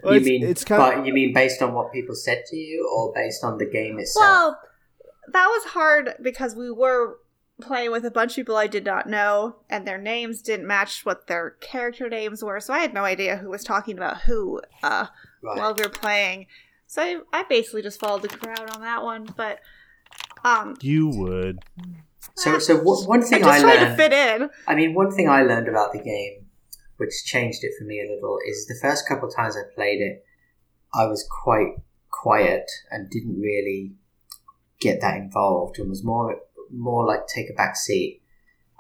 [SPEAKER 3] Well,
[SPEAKER 4] you
[SPEAKER 3] it's,
[SPEAKER 4] mean
[SPEAKER 3] it's kind of
[SPEAKER 4] but you mean based on what people said to you or based on the game itself?
[SPEAKER 1] Well, that was hard because we were playing with a bunch of people I did not know, and their names didn't match what their character names were, so I had no idea who was talking about who uh,
[SPEAKER 4] right.
[SPEAKER 1] while we were playing. So I, I basically just followed the crowd on that one, but um,
[SPEAKER 3] you would.
[SPEAKER 4] so so w- one
[SPEAKER 1] I
[SPEAKER 4] thing I,
[SPEAKER 1] just tried to
[SPEAKER 4] learned
[SPEAKER 1] fit in.
[SPEAKER 4] I mean one thing I learned about the game which changed it for me a little is the first couple of times I played it I was quite quiet and didn't really get that involved and was more more like take a back seat.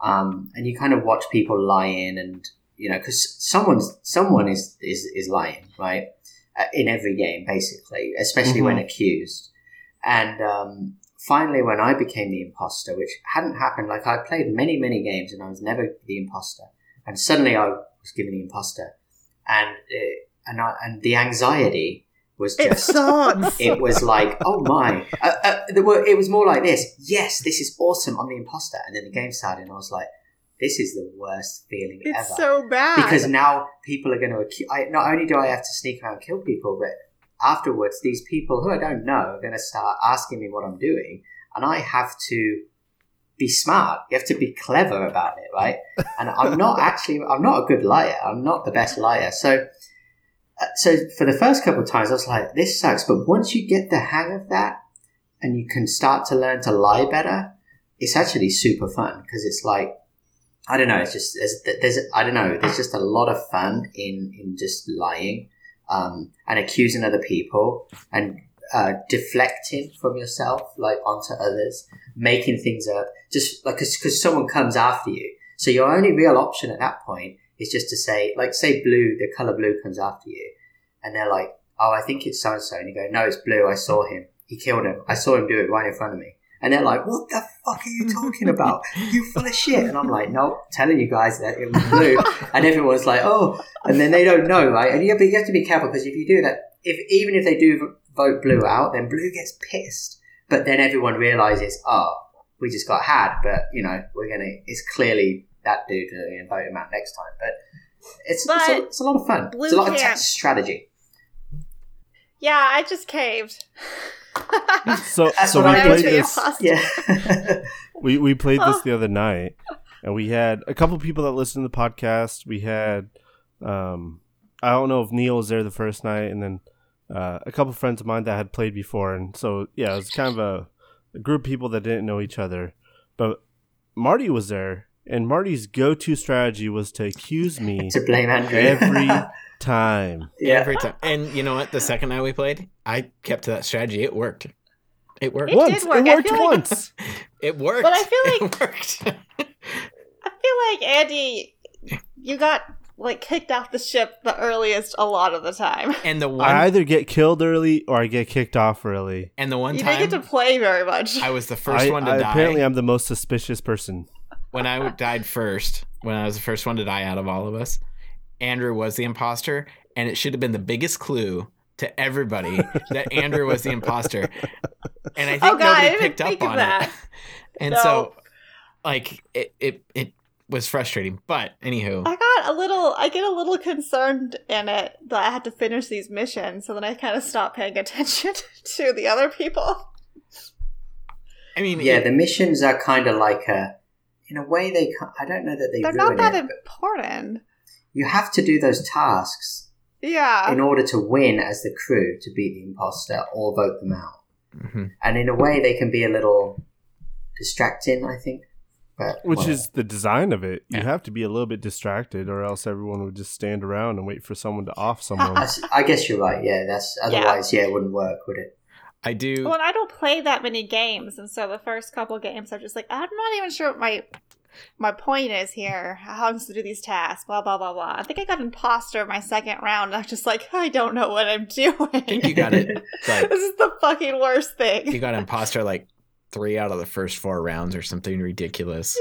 [SPEAKER 4] Um, and you kind of watch people lie in and you know because someone's someone is is, is lying right uh, in every game basically especially when accused and um, finally when i became the imposter which hadn't happened like i played many many games and i was never the imposter and suddenly i was given the imposter and it, and I, and the anxiety was
[SPEAKER 1] It
[SPEAKER 4] just
[SPEAKER 1] sucks.
[SPEAKER 4] it was like, oh my. Uh, uh, there were, it was more like this. Yes, this is awesome. I'm the imposter. And then the game started, and I was like, this is the worst feeling
[SPEAKER 1] It's
[SPEAKER 4] ever.
[SPEAKER 1] so bad.
[SPEAKER 4] because now people are going to accuse. I, not only do I have to sneak around and kill people, but afterwards, these people who I don't know are going to start asking me what I'm doing, and I have to be smart. You have to be clever about it, right? And I'm not actually. I'm not a good liar. I'm not the best liar. So, uh, so for the first couple of times, I was like, "This sucks." But once you get the hang of that, and you can start to learn to lie better, it's actually super fun because it's like. I don't know. It's just there's, there's I don't know. There's just a lot of fun in in just lying, um, and accusing other people, and uh, deflecting from yourself, like onto others, making things up, just like because someone comes after you. So your only real option at that point is just to say, like, say blue, the color blue comes after you, and they're like, oh, I think it's so and so, and you go, no, it's blue. I saw him. He killed him. I saw him do it right in front of me. And they're like, what the fuck are you talking about? You full of shit. And I'm like, no, telling you guys that it was blue. And everyone's like, oh, and then they don't know, right? And you have, to- you have to be careful because if you do that, if even if they do v- vote blue out, then blue gets pissed. But then everyone realizes, oh, we just got had, but you know, we're gonna. It's clearly that dude and we're gonna vote him out next time. But it's it's, a,
[SPEAKER 1] But
[SPEAKER 4] it's a lot of fun.
[SPEAKER 1] blue
[SPEAKER 4] it's a lot of
[SPEAKER 1] can't.
[SPEAKER 4] tax strategy.
[SPEAKER 1] yeah, I just caved.
[SPEAKER 3] So,
[SPEAKER 4] That's
[SPEAKER 3] so
[SPEAKER 4] what
[SPEAKER 3] we
[SPEAKER 4] I
[SPEAKER 1] I was
[SPEAKER 3] played
[SPEAKER 4] do.
[SPEAKER 1] the
[SPEAKER 3] this.
[SPEAKER 1] imposter.
[SPEAKER 4] Yeah,
[SPEAKER 3] We we played
[SPEAKER 1] Oh.
[SPEAKER 3] this the other night, and we had a couple people that listened to the podcast. We had, um, I don't know if Neil was there the first night, and then uh, a couple friends of mine that had played before, and so yeah, it was kind of a, a group of people that didn't know each other. But Marty was there, and Marty's go-to strategy was to accuse me
[SPEAKER 4] to blame Andrew.
[SPEAKER 3] every time.
[SPEAKER 4] yeah,
[SPEAKER 2] Every time. And you know what? The second night we played, I kept to that strategy. It worked. It worked.
[SPEAKER 1] It
[SPEAKER 3] once
[SPEAKER 1] did work.
[SPEAKER 3] it
[SPEAKER 1] I
[SPEAKER 3] worked
[SPEAKER 1] feel like-
[SPEAKER 3] once.
[SPEAKER 2] It worked.
[SPEAKER 1] But I feel
[SPEAKER 2] it worked.
[SPEAKER 1] I feel like Andy, you got like kicked off the ship the earliest a lot of the time.
[SPEAKER 2] and the one
[SPEAKER 3] I either get killed early or I get kicked off early.
[SPEAKER 2] and the one
[SPEAKER 1] you
[SPEAKER 2] time
[SPEAKER 1] didn't get to play very much.
[SPEAKER 2] I was the first
[SPEAKER 3] I-
[SPEAKER 2] one to
[SPEAKER 3] I-
[SPEAKER 2] die.
[SPEAKER 3] Apparently, I'm the most suspicious person.
[SPEAKER 2] when I died first, when I was the first one to die out of all of us, Andrew was the imposter, and it should have been the biggest clue to everybody that Andrew was the imposter. And I think
[SPEAKER 1] Oh, God, I
[SPEAKER 2] nobody
[SPEAKER 1] didn't
[SPEAKER 2] picked
[SPEAKER 1] think
[SPEAKER 2] up
[SPEAKER 1] of
[SPEAKER 2] on
[SPEAKER 1] that.
[SPEAKER 2] it. And
[SPEAKER 1] No.
[SPEAKER 2] so, like, it, it it was frustrating. But anywho,
[SPEAKER 1] I got a little, I get a little concerned in it that I had to finish these missions, so then I kind of stopped paying attention to the other people.
[SPEAKER 2] I mean,
[SPEAKER 4] yeah.
[SPEAKER 2] it-
[SPEAKER 4] The missions are kind of like a, in a way they. ca- I don't know that they.
[SPEAKER 1] They're
[SPEAKER 4] ruin
[SPEAKER 1] not that
[SPEAKER 4] it, but
[SPEAKER 1] important.
[SPEAKER 4] you have to do those tasks
[SPEAKER 1] Yeah.
[SPEAKER 4] in order to win as the crew to beat the imposter or vote them out.
[SPEAKER 2] mhm.
[SPEAKER 4] and in a way they can be a little distracting i think but
[SPEAKER 3] Which
[SPEAKER 4] whatever.
[SPEAKER 3] is the design of it. You
[SPEAKER 2] Yeah.
[SPEAKER 3] have to be a little bit distracted, or else everyone would just stand around and wait for someone to off someone.
[SPEAKER 4] That's- i guess you're right yeah that's otherwise yeah. it wouldn't work would it
[SPEAKER 2] I do.
[SPEAKER 1] Well, and I don't play that many games, and so the first couple games, I'm just like, I'm not even sure what my my point is here. How I'm supposed to do these tasks, blah blah blah blah. I think I got imposter my second round. And I'm just like, I don't know what I'm
[SPEAKER 2] I think
[SPEAKER 1] doing.
[SPEAKER 2] you got it. Like,
[SPEAKER 1] this is the fucking worst
[SPEAKER 2] you
[SPEAKER 1] thing.
[SPEAKER 2] got imposter like three out of the first four rounds or something ridiculous.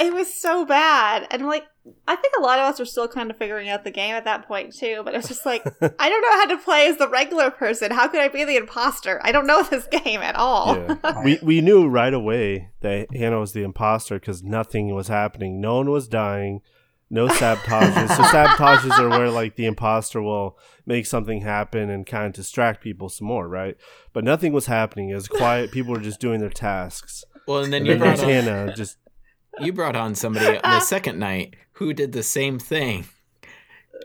[SPEAKER 1] It was so bad, and like, I think a lot of us were still kind of figuring out the game at that point too. But it's just like, I don't know how to play as the regular person. How could I be the imposter? I don't know this game at all.
[SPEAKER 3] Yeah. we we knew right away that Hannah was the imposter because nothing was happening. No one was dying. No sabotages. so sabotages are where like the imposter will make something happen and kind of distract people some more, right? But nothing was happening. It was quiet. People were just doing their tasks.
[SPEAKER 2] Well, and then
[SPEAKER 3] And
[SPEAKER 2] you
[SPEAKER 3] then
[SPEAKER 2] brought up.
[SPEAKER 3] there's Hannah just
[SPEAKER 2] you brought on somebody the second night who did the same thing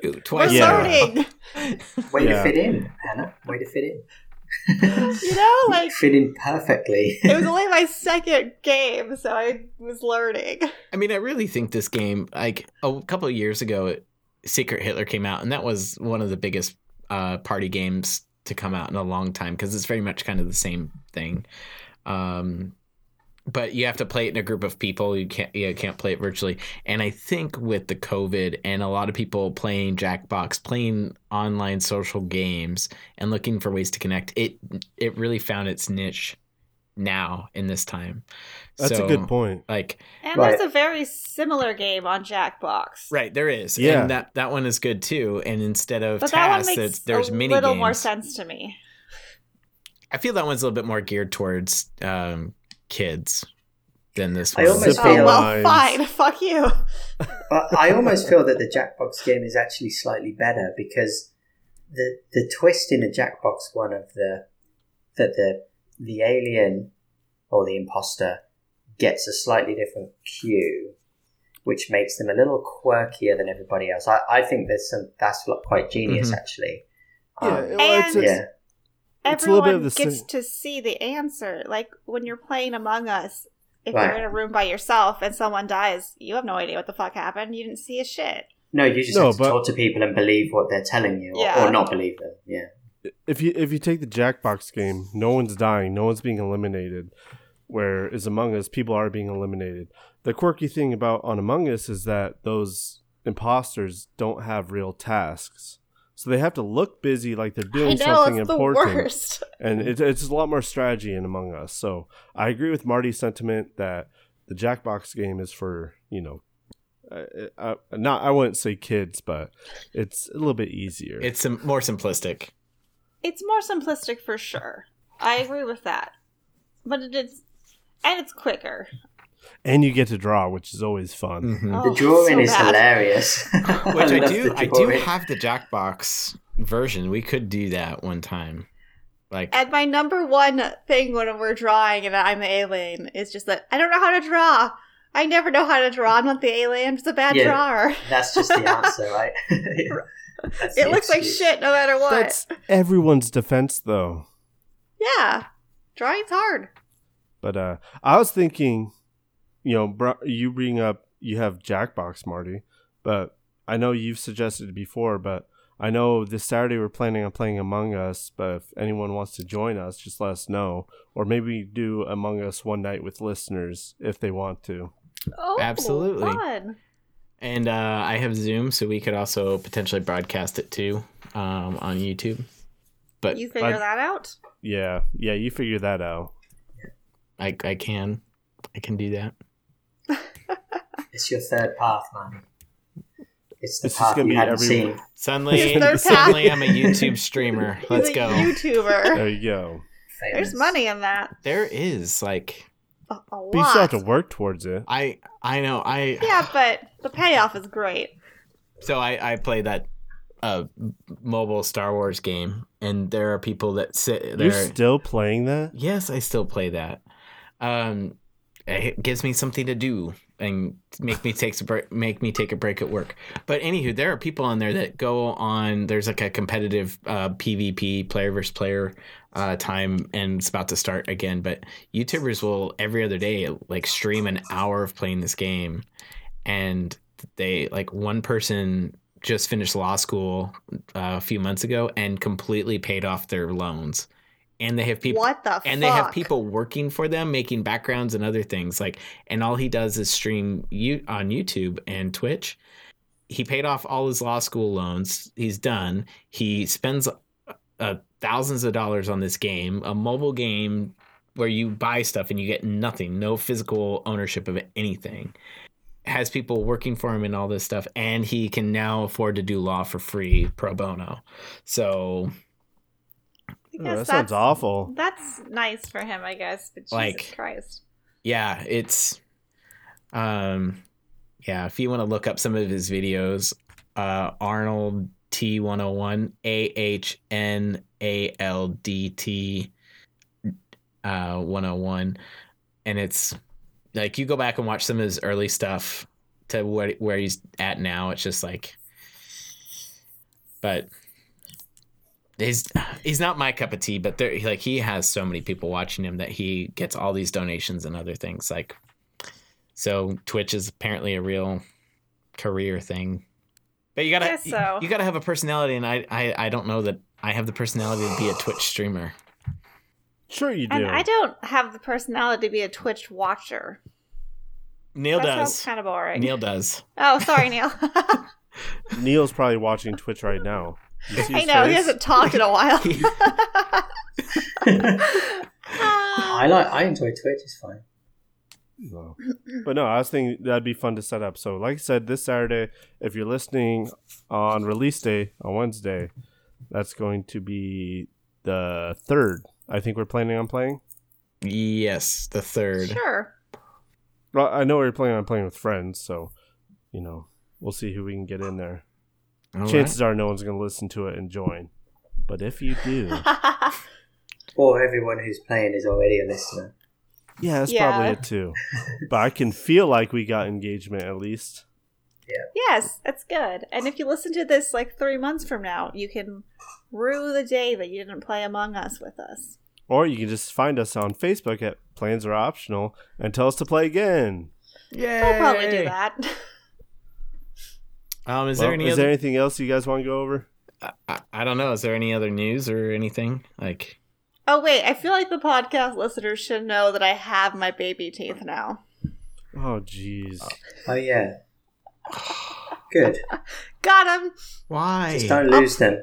[SPEAKER 1] We're
[SPEAKER 2] twice.
[SPEAKER 3] Yeah.
[SPEAKER 1] learning,
[SPEAKER 4] way
[SPEAKER 3] Yeah.
[SPEAKER 4] to fit in hannah way to fit in
[SPEAKER 1] you know, like.
[SPEAKER 4] fit in perfectly
[SPEAKER 1] it was only my second game, so I was learning.
[SPEAKER 2] I mean, I really think this game, like a couple of years ago, Secret Hitler came out, and that was one of the biggest uh, party games to come out in a long time because it's very much kind of the same thing. Um, but you have to play it in a group of people. You can't you can't play it virtually. And I think with the COVID and a lot of people playing Jackbox, playing online social games, and looking for ways to connect, it it really found its niche now in this time.
[SPEAKER 3] That's
[SPEAKER 2] So,
[SPEAKER 3] a good point.
[SPEAKER 2] Like
[SPEAKER 1] And
[SPEAKER 4] Right.
[SPEAKER 1] there's a very similar game on Jackbox.
[SPEAKER 2] right, there is.
[SPEAKER 3] Yeah.
[SPEAKER 2] And that that one is good too. And instead of
[SPEAKER 1] But that one
[SPEAKER 2] tasks,
[SPEAKER 1] makes
[SPEAKER 2] it's, there's
[SPEAKER 1] a
[SPEAKER 2] mini
[SPEAKER 1] little more
[SPEAKER 2] games.
[SPEAKER 1] sense to me.
[SPEAKER 2] I feel that one's a little bit more geared towards um, kids than this
[SPEAKER 4] I
[SPEAKER 2] one.
[SPEAKER 4] almost
[SPEAKER 3] Zip
[SPEAKER 1] Oh
[SPEAKER 4] feel-
[SPEAKER 1] well,
[SPEAKER 3] lines.
[SPEAKER 1] fine. Fuck you.
[SPEAKER 4] But I almost feel that the Jackbox game is actually slightly better because the the twist in the Jackbox one of the that the the alien or the imposter gets a slightly different cue, which makes them a little quirkier than everybody else. I, I think there's some that's like quite genius
[SPEAKER 2] Mhm.
[SPEAKER 4] actually.
[SPEAKER 3] Yeah,
[SPEAKER 4] Um,
[SPEAKER 3] well, it's-
[SPEAKER 1] And-
[SPEAKER 3] it's-
[SPEAKER 4] yeah,
[SPEAKER 3] It's a little bit
[SPEAKER 1] everyone
[SPEAKER 3] of the
[SPEAKER 1] gets
[SPEAKER 3] same-
[SPEAKER 1] to see the answer. Like when you're playing Among Us, if you're
[SPEAKER 4] Right.
[SPEAKER 1] in a room by yourself and someone dies, you have no idea what the fuck happened. You didn't see a shit.
[SPEAKER 4] no, you just
[SPEAKER 3] No,
[SPEAKER 4] have to
[SPEAKER 3] but-
[SPEAKER 4] talk to people and believe what they're telling you, or,
[SPEAKER 1] Yeah.
[SPEAKER 4] or not believe them. Yeah,
[SPEAKER 3] if you if you take the Jackbox game, no one's dying, no one's being eliminated. Whereas Among Us, people are being eliminated. The quirky thing about on Among Us is that those imposters don't have real tasks, so they have to look busy like they're doing something important.
[SPEAKER 1] worst.
[SPEAKER 3] And it, it's a lot more strategy in Among Us. So I agree with Marty's sentiment that the Jackbox game is for you know, uh, uh, not I wouldn't say kids, but it's a little bit easier.
[SPEAKER 2] It's sim- more simplistic.
[SPEAKER 1] It's more simplistic for sure. I agree with that, but it is, and it's quicker.
[SPEAKER 3] and you get to draw, which is always fun.
[SPEAKER 2] Mhm.
[SPEAKER 1] Oh,
[SPEAKER 4] the drawing
[SPEAKER 1] so
[SPEAKER 4] is
[SPEAKER 1] bad.
[SPEAKER 4] hilarious.
[SPEAKER 2] Which I,
[SPEAKER 4] love
[SPEAKER 2] do,
[SPEAKER 4] the
[SPEAKER 2] I do
[SPEAKER 4] drawing.
[SPEAKER 2] have the Jackbox version. We could do that one time. Like,
[SPEAKER 1] And my number one thing when we're drawing and I'm the alien is just that I don't know how to draw. I never know how to draw. I'm not the alien. I'm just a bad
[SPEAKER 4] Yeah.
[SPEAKER 1] drawer.
[SPEAKER 4] That's just the answer, right? That's
[SPEAKER 1] It
[SPEAKER 4] the
[SPEAKER 1] looks like
[SPEAKER 4] excuse.
[SPEAKER 1] shit no matter what.
[SPEAKER 3] That's everyone's defense, though.
[SPEAKER 1] Yeah, drawing's hard.
[SPEAKER 3] But uh, I was thinking, you know, bro- you bring up you have Jackbox, Marty, but I know you've suggested it before, but I know this Saturday we're planning on playing Among Us. But if anyone wants to join us, just let us know, or maybe do Among Us one night with listeners if they want to.
[SPEAKER 1] Oh,
[SPEAKER 2] Absolutely.
[SPEAKER 1] Fun.
[SPEAKER 2] and uh, I have Zoom, so we could also potentially broadcast it too um, on YouTube. But
[SPEAKER 1] You figure
[SPEAKER 3] I-
[SPEAKER 1] that out.
[SPEAKER 3] Yeah, yeah, you figure that out.
[SPEAKER 2] I, I can, I can do that.
[SPEAKER 4] It's your third path, man. It's the
[SPEAKER 3] It's just
[SPEAKER 4] path
[SPEAKER 3] gonna
[SPEAKER 4] you
[SPEAKER 3] be
[SPEAKER 4] haven't
[SPEAKER 3] every-
[SPEAKER 4] seen.
[SPEAKER 2] Suddenly,
[SPEAKER 1] It's their
[SPEAKER 2] suddenly I'm a YouTube streamer. Let's
[SPEAKER 1] He's a
[SPEAKER 2] go.
[SPEAKER 1] YouTuber.
[SPEAKER 3] There you go.
[SPEAKER 1] There's
[SPEAKER 4] Famous.
[SPEAKER 1] money in that.
[SPEAKER 2] There is like,
[SPEAKER 1] A, a
[SPEAKER 3] But you still have
[SPEAKER 1] lot.
[SPEAKER 3] to work towards it.
[SPEAKER 2] I I know I
[SPEAKER 1] Yeah, but the payoff is great.
[SPEAKER 2] So I, I play that uh, mobile Star Wars game, and there are people that sit
[SPEAKER 3] You're
[SPEAKER 2] there.
[SPEAKER 3] still playing that?
[SPEAKER 2] yes, I still play that. Um, it gives me something to do and make me take a break, make me take a break at work. But anywho, there are people on there that go on. There's like a competitive uh, PvP player versus player uh, time, and it's about to start again. But YouTubers will every other day like stream an hour of playing this game, and they like one person just finished law school uh, a few months ago and completely paid off their loans, and they have people
[SPEAKER 1] what the fuck?
[SPEAKER 2] and they have people working for them making backgrounds and other things like and all he does is stream you on youtube and twitch he paid off all his law school loans he's done he spends uh, thousands of dollars on this game a mobile game where you buy stuff and you get nothing no physical ownership of anything has people working for him and all this stuff and he can now afford to do law for free pro bono so
[SPEAKER 1] I guess
[SPEAKER 3] Oh, that
[SPEAKER 1] that's,
[SPEAKER 3] sounds awful.
[SPEAKER 1] That's nice for him, I guess. But Jesus
[SPEAKER 2] Like-
[SPEAKER 1] Christ,
[SPEAKER 2] yeah it's um yeah if you want to look up some of his videos uh arnold t101 a-h-n-a-l-d-t uh 101 and it's like you go back and watch some of his early stuff to where, where he's at now it's just like but he's he's not my cup of tea, but there like he has so many people watching him that he gets all these donations and other things. Like so Twitch is apparently a real career thing. But you gotta
[SPEAKER 1] Guess so.
[SPEAKER 2] you gotta have a personality and I, I I don't know that I have the personality to be a Twitch streamer.
[SPEAKER 3] Sure, you do.
[SPEAKER 1] And I don't have the personality to be a Twitch watcher.
[SPEAKER 2] Neil
[SPEAKER 1] that sounds
[SPEAKER 2] does.
[SPEAKER 1] kind of boring.
[SPEAKER 2] Neil does.
[SPEAKER 1] Oh, sorry, Neil.
[SPEAKER 3] Neil's probably watching Twitch right now. You see
[SPEAKER 1] I
[SPEAKER 3] his
[SPEAKER 1] know he
[SPEAKER 3] face?
[SPEAKER 1] hasn't talked in a while. Uh,
[SPEAKER 4] I like. I enjoy Twitch. It's fine.
[SPEAKER 3] No. But no, I was thinking that'd be fun to set up. So, like I said, this Saturday, if you're listening on release day on Wednesday, that's going to be the third. I think we're planning on playing.
[SPEAKER 2] Yes, the third.
[SPEAKER 1] sure.
[SPEAKER 3] Well, I know we're planning on playing with friends, so you know we'll see who we can get in there.
[SPEAKER 2] All right.
[SPEAKER 3] Chances are no one's going to listen to it and join. But if you do,
[SPEAKER 4] Or everyone who's playing is already a listener.
[SPEAKER 3] yeah, that's
[SPEAKER 1] Yeah.
[SPEAKER 3] probably it too. But I can feel like we got engagement at least.
[SPEAKER 1] yes, that's good. And if you listen to this like three months from now, you can rue the day that you didn't play Among Us with us.
[SPEAKER 3] Or you can just find us on Facebook at Plans Are Optional and tell us to play again.
[SPEAKER 1] I'll probably do
[SPEAKER 2] Yay.
[SPEAKER 1] that.
[SPEAKER 2] Um, is
[SPEAKER 3] Well,
[SPEAKER 2] there any
[SPEAKER 3] is
[SPEAKER 2] other?
[SPEAKER 3] there anything else you guys want to go over?
[SPEAKER 2] I- I, I don't know. Is there any other news or anything like?
[SPEAKER 1] Oh wait, I feel like the podcast listeners should know that I have my baby teeth now.
[SPEAKER 3] Oh, jeez.
[SPEAKER 1] Uh,
[SPEAKER 4] Oh yeah. Good.
[SPEAKER 1] Got him.
[SPEAKER 2] Why?
[SPEAKER 4] Just don't lose them.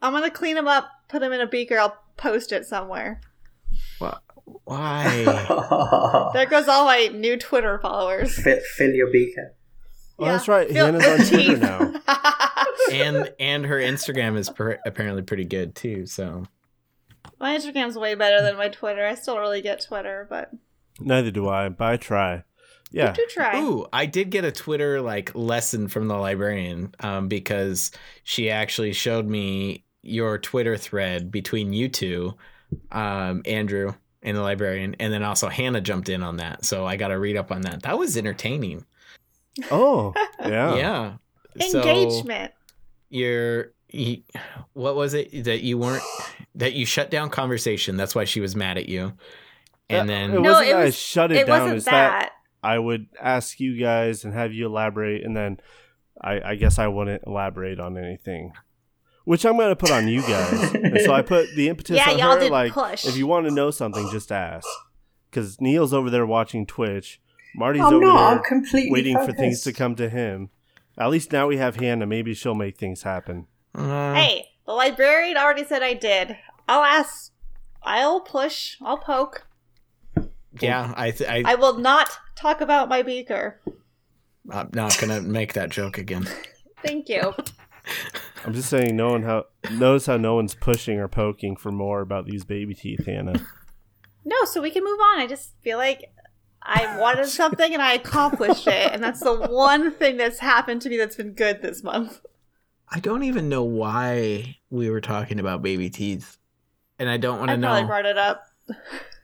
[SPEAKER 1] I'm gonna clean them up, put them in a beaker. I'll post it somewhere.
[SPEAKER 2] Why?
[SPEAKER 1] There goes all my new Twitter followers.
[SPEAKER 4] fill, fill your beaker.
[SPEAKER 3] Oh, that's right.
[SPEAKER 1] Fill-
[SPEAKER 3] Hannah's on Twitter
[SPEAKER 1] teeth.
[SPEAKER 3] now.
[SPEAKER 2] and and her Instagram is per- apparently pretty good too. So
[SPEAKER 1] my Instagram's way better than my Twitter. I still don't really get Twitter, but
[SPEAKER 3] Neither do I, but I try.
[SPEAKER 1] you
[SPEAKER 3] Yeah.
[SPEAKER 1] do try.
[SPEAKER 2] Ooh, I did get a Twitter like lesson from the librarian um, because she actually showed me your Twitter thread between you two, um, Andrew and the librarian, and then also Hannah jumped in on that. So I got to read up on that. That was entertaining.
[SPEAKER 3] Oh, yeah.
[SPEAKER 2] Yeah. So
[SPEAKER 1] Engagement.
[SPEAKER 2] your you, what was it that you weren't that you shut down conversation? That's why she was mad at you. And
[SPEAKER 3] Uh,
[SPEAKER 2] then
[SPEAKER 3] it
[SPEAKER 1] No,
[SPEAKER 3] wasn't
[SPEAKER 1] it
[SPEAKER 3] that I
[SPEAKER 1] was-
[SPEAKER 3] shut it,
[SPEAKER 1] It
[SPEAKER 3] down.
[SPEAKER 1] wasn't
[SPEAKER 3] it's that.
[SPEAKER 1] that.
[SPEAKER 3] I would ask you guys and have you elaborate, and then I, I guess I wouldn't elaborate on anything, which I'm going to put on you guys. and so I put the impetus
[SPEAKER 1] Yeah,
[SPEAKER 3] on
[SPEAKER 1] y'all
[SPEAKER 3] her,
[SPEAKER 1] did
[SPEAKER 3] like,
[SPEAKER 1] push.
[SPEAKER 3] if you want to know something, just ask. Because Neil's over there watching Twitch, Marty's
[SPEAKER 4] I'm
[SPEAKER 3] over
[SPEAKER 4] not.
[SPEAKER 3] there
[SPEAKER 4] Oh, I'm completely
[SPEAKER 3] waiting for things
[SPEAKER 4] focused.
[SPEAKER 3] to come to him. At least now we have Hannah. Maybe she'll make things happen.
[SPEAKER 2] uh,
[SPEAKER 1] Hey, the librarian already said I did. I'll ask. I'll push. I'll poke.
[SPEAKER 2] yeah, I, th- I
[SPEAKER 1] I will not talk about my beaker.
[SPEAKER 2] I'm not gonna make that joke again.
[SPEAKER 1] Thank you.
[SPEAKER 3] I'm just saying, no one how notice how no one's pushing or poking for more about these baby teeth, Hannah.
[SPEAKER 1] No, so we can move on. I just feel like I wanted something and I accomplished it, and that's the one thing that's happened to me that's been good this month.
[SPEAKER 2] I don't even know why we were talking about baby teeth, and I don't want
[SPEAKER 1] I
[SPEAKER 2] to
[SPEAKER 1] probably
[SPEAKER 2] know.
[SPEAKER 1] brought it up.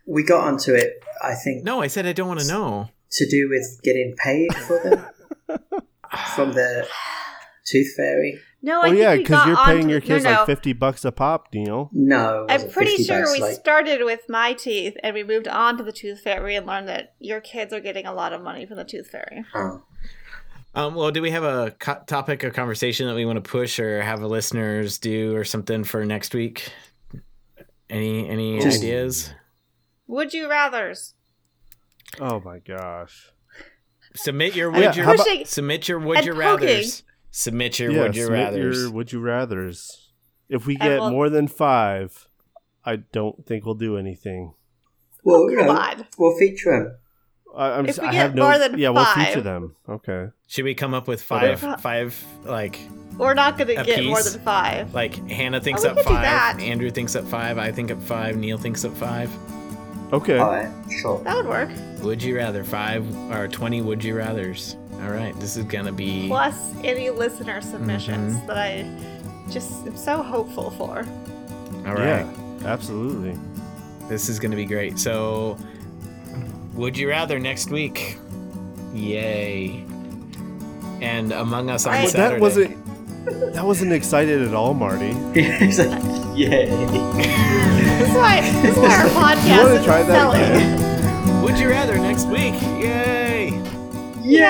[SPEAKER 4] We got onto it, I think,
[SPEAKER 2] No, I said I don't want to know.
[SPEAKER 4] to do with getting paid for them from the Tooth Fairy.
[SPEAKER 1] No, I
[SPEAKER 3] Oh
[SPEAKER 1] think
[SPEAKER 3] yeah,
[SPEAKER 1] we
[SPEAKER 3] because
[SPEAKER 1] got
[SPEAKER 3] you're
[SPEAKER 1] onto
[SPEAKER 3] paying your
[SPEAKER 1] the-
[SPEAKER 3] kids
[SPEAKER 1] no, no.
[SPEAKER 3] like fifty bucks a pop, Neil.
[SPEAKER 4] No, it
[SPEAKER 1] I'm
[SPEAKER 4] wasn't
[SPEAKER 1] pretty
[SPEAKER 4] 50
[SPEAKER 1] sure
[SPEAKER 4] bucks,
[SPEAKER 1] we
[SPEAKER 4] like-
[SPEAKER 1] started with my teeth, and we moved on to the Tooth Fairy and learned that your kids are getting a lot of money from the Tooth Fairy.
[SPEAKER 4] Oh.
[SPEAKER 2] Um, well, do we have a co- topic of conversation that we want to push or have listeners do or something for next week? Any any
[SPEAKER 4] Just-
[SPEAKER 2] ideas?
[SPEAKER 1] Would you rather's?
[SPEAKER 3] Oh my gosh.
[SPEAKER 2] Submit your
[SPEAKER 3] Yeah,
[SPEAKER 2] would
[SPEAKER 3] how
[SPEAKER 2] your
[SPEAKER 3] about-
[SPEAKER 1] Pushing.
[SPEAKER 2] submit your would
[SPEAKER 1] And
[SPEAKER 2] you
[SPEAKER 1] poking.
[SPEAKER 2] rather's. Submit your
[SPEAKER 3] Yeah,
[SPEAKER 2] would you
[SPEAKER 3] submit your
[SPEAKER 2] rather's.
[SPEAKER 3] would you rather's. If we
[SPEAKER 1] I
[SPEAKER 3] get
[SPEAKER 1] will-
[SPEAKER 3] more than five, I don't think we'll do anything.
[SPEAKER 4] Well, you
[SPEAKER 1] Come
[SPEAKER 4] know,
[SPEAKER 1] on.
[SPEAKER 4] we'll feature them.
[SPEAKER 3] I, I'm
[SPEAKER 1] If
[SPEAKER 3] just,
[SPEAKER 1] we
[SPEAKER 3] I
[SPEAKER 1] get
[SPEAKER 3] have no.
[SPEAKER 1] more than
[SPEAKER 3] yeah, we'll
[SPEAKER 1] five.
[SPEAKER 3] feature them. Okay.
[SPEAKER 2] Should we come up with
[SPEAKER 3] Okay.
[SPEAKER 2] five five like
[SPEAKER 1] We're not going to
[SPEAKER 2] A
[SPEAKER 1] get more
[SPEAKER 2] piece.
[SPEAKER 1] than five.
[SPEAKER 2] like Hannah thinks
[SPEAKER 1] Oh, we
[SPEAKER 2] up
[SPEAKER 1] could do
[SPEAKER 2] five,
[SPEAKER 1] that.
[SPEAKER 2] Andrew thinks up five, I think up five, Neil thinks up five.
[SPEAKER 3] Okay.
[SPEAKER 4] All right, sure.
[SPEAKER 1] That would work.
[SPEAKER 2] Would you rather five or twenty would you rather's? All right, this is gonna be
[SPEAKER 1] Plus any listener
[SPEAKER 3] Mm-hmm.
[SPEAKER 1] submissions that I just am so hopeful for.
[SPEAKER 2] all right.
[SPEAKER 3] Yeah. Absolutely.
[SPEAKER 2] This is gonna be great. So, would you rather next week? Yay! And Among Us on
[SPEAKER 1] Right.
[SPEAKER 3] But
[SPEAKER 2] Saturday.
[SPEAKER 3] that wasn't. That wasn't excited at all, Marty.
[SPEAKER 4] It's like, yeah.
[SPEAKER 1] This is why, this is why our
[SPEAKER 3] You wanna
[SPEAKER 1] podcast is
[SPEAKER 3] try that
[SPEAKER 1] selling.
[SPEAKER 3] again?
[SPEAKER 2] Would you rather next week? Yay!
[SPEAKER 4] Yay!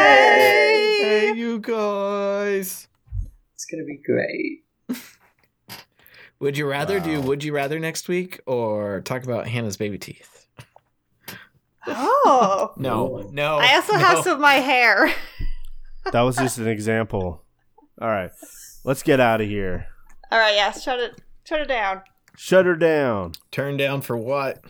[SPEAKER 2] Hey, you guys!
[SPEAKER 4] It's going to be great.
[SPEAKER 2] Would you rather do Would You Rather next week or talk about Hannah's baby teeth?
[SPEAKER 1] Oh.
[SPEAKER 2] No,
[SPEAKER 4] Ooh.
[SPEAKER 2] no.
[SPEAKER 1] I also
[SPEAKER 2] no.
[SPEAKER 1] have some of my hair.
[SPEAKER 3] That was just an example. All right, let's get out of here.
[SPEAKER 1] All right, yes, shut it shut it down.
[SPEAKER 3] Shut her down.
[SPEAKER 2] Turn down for what?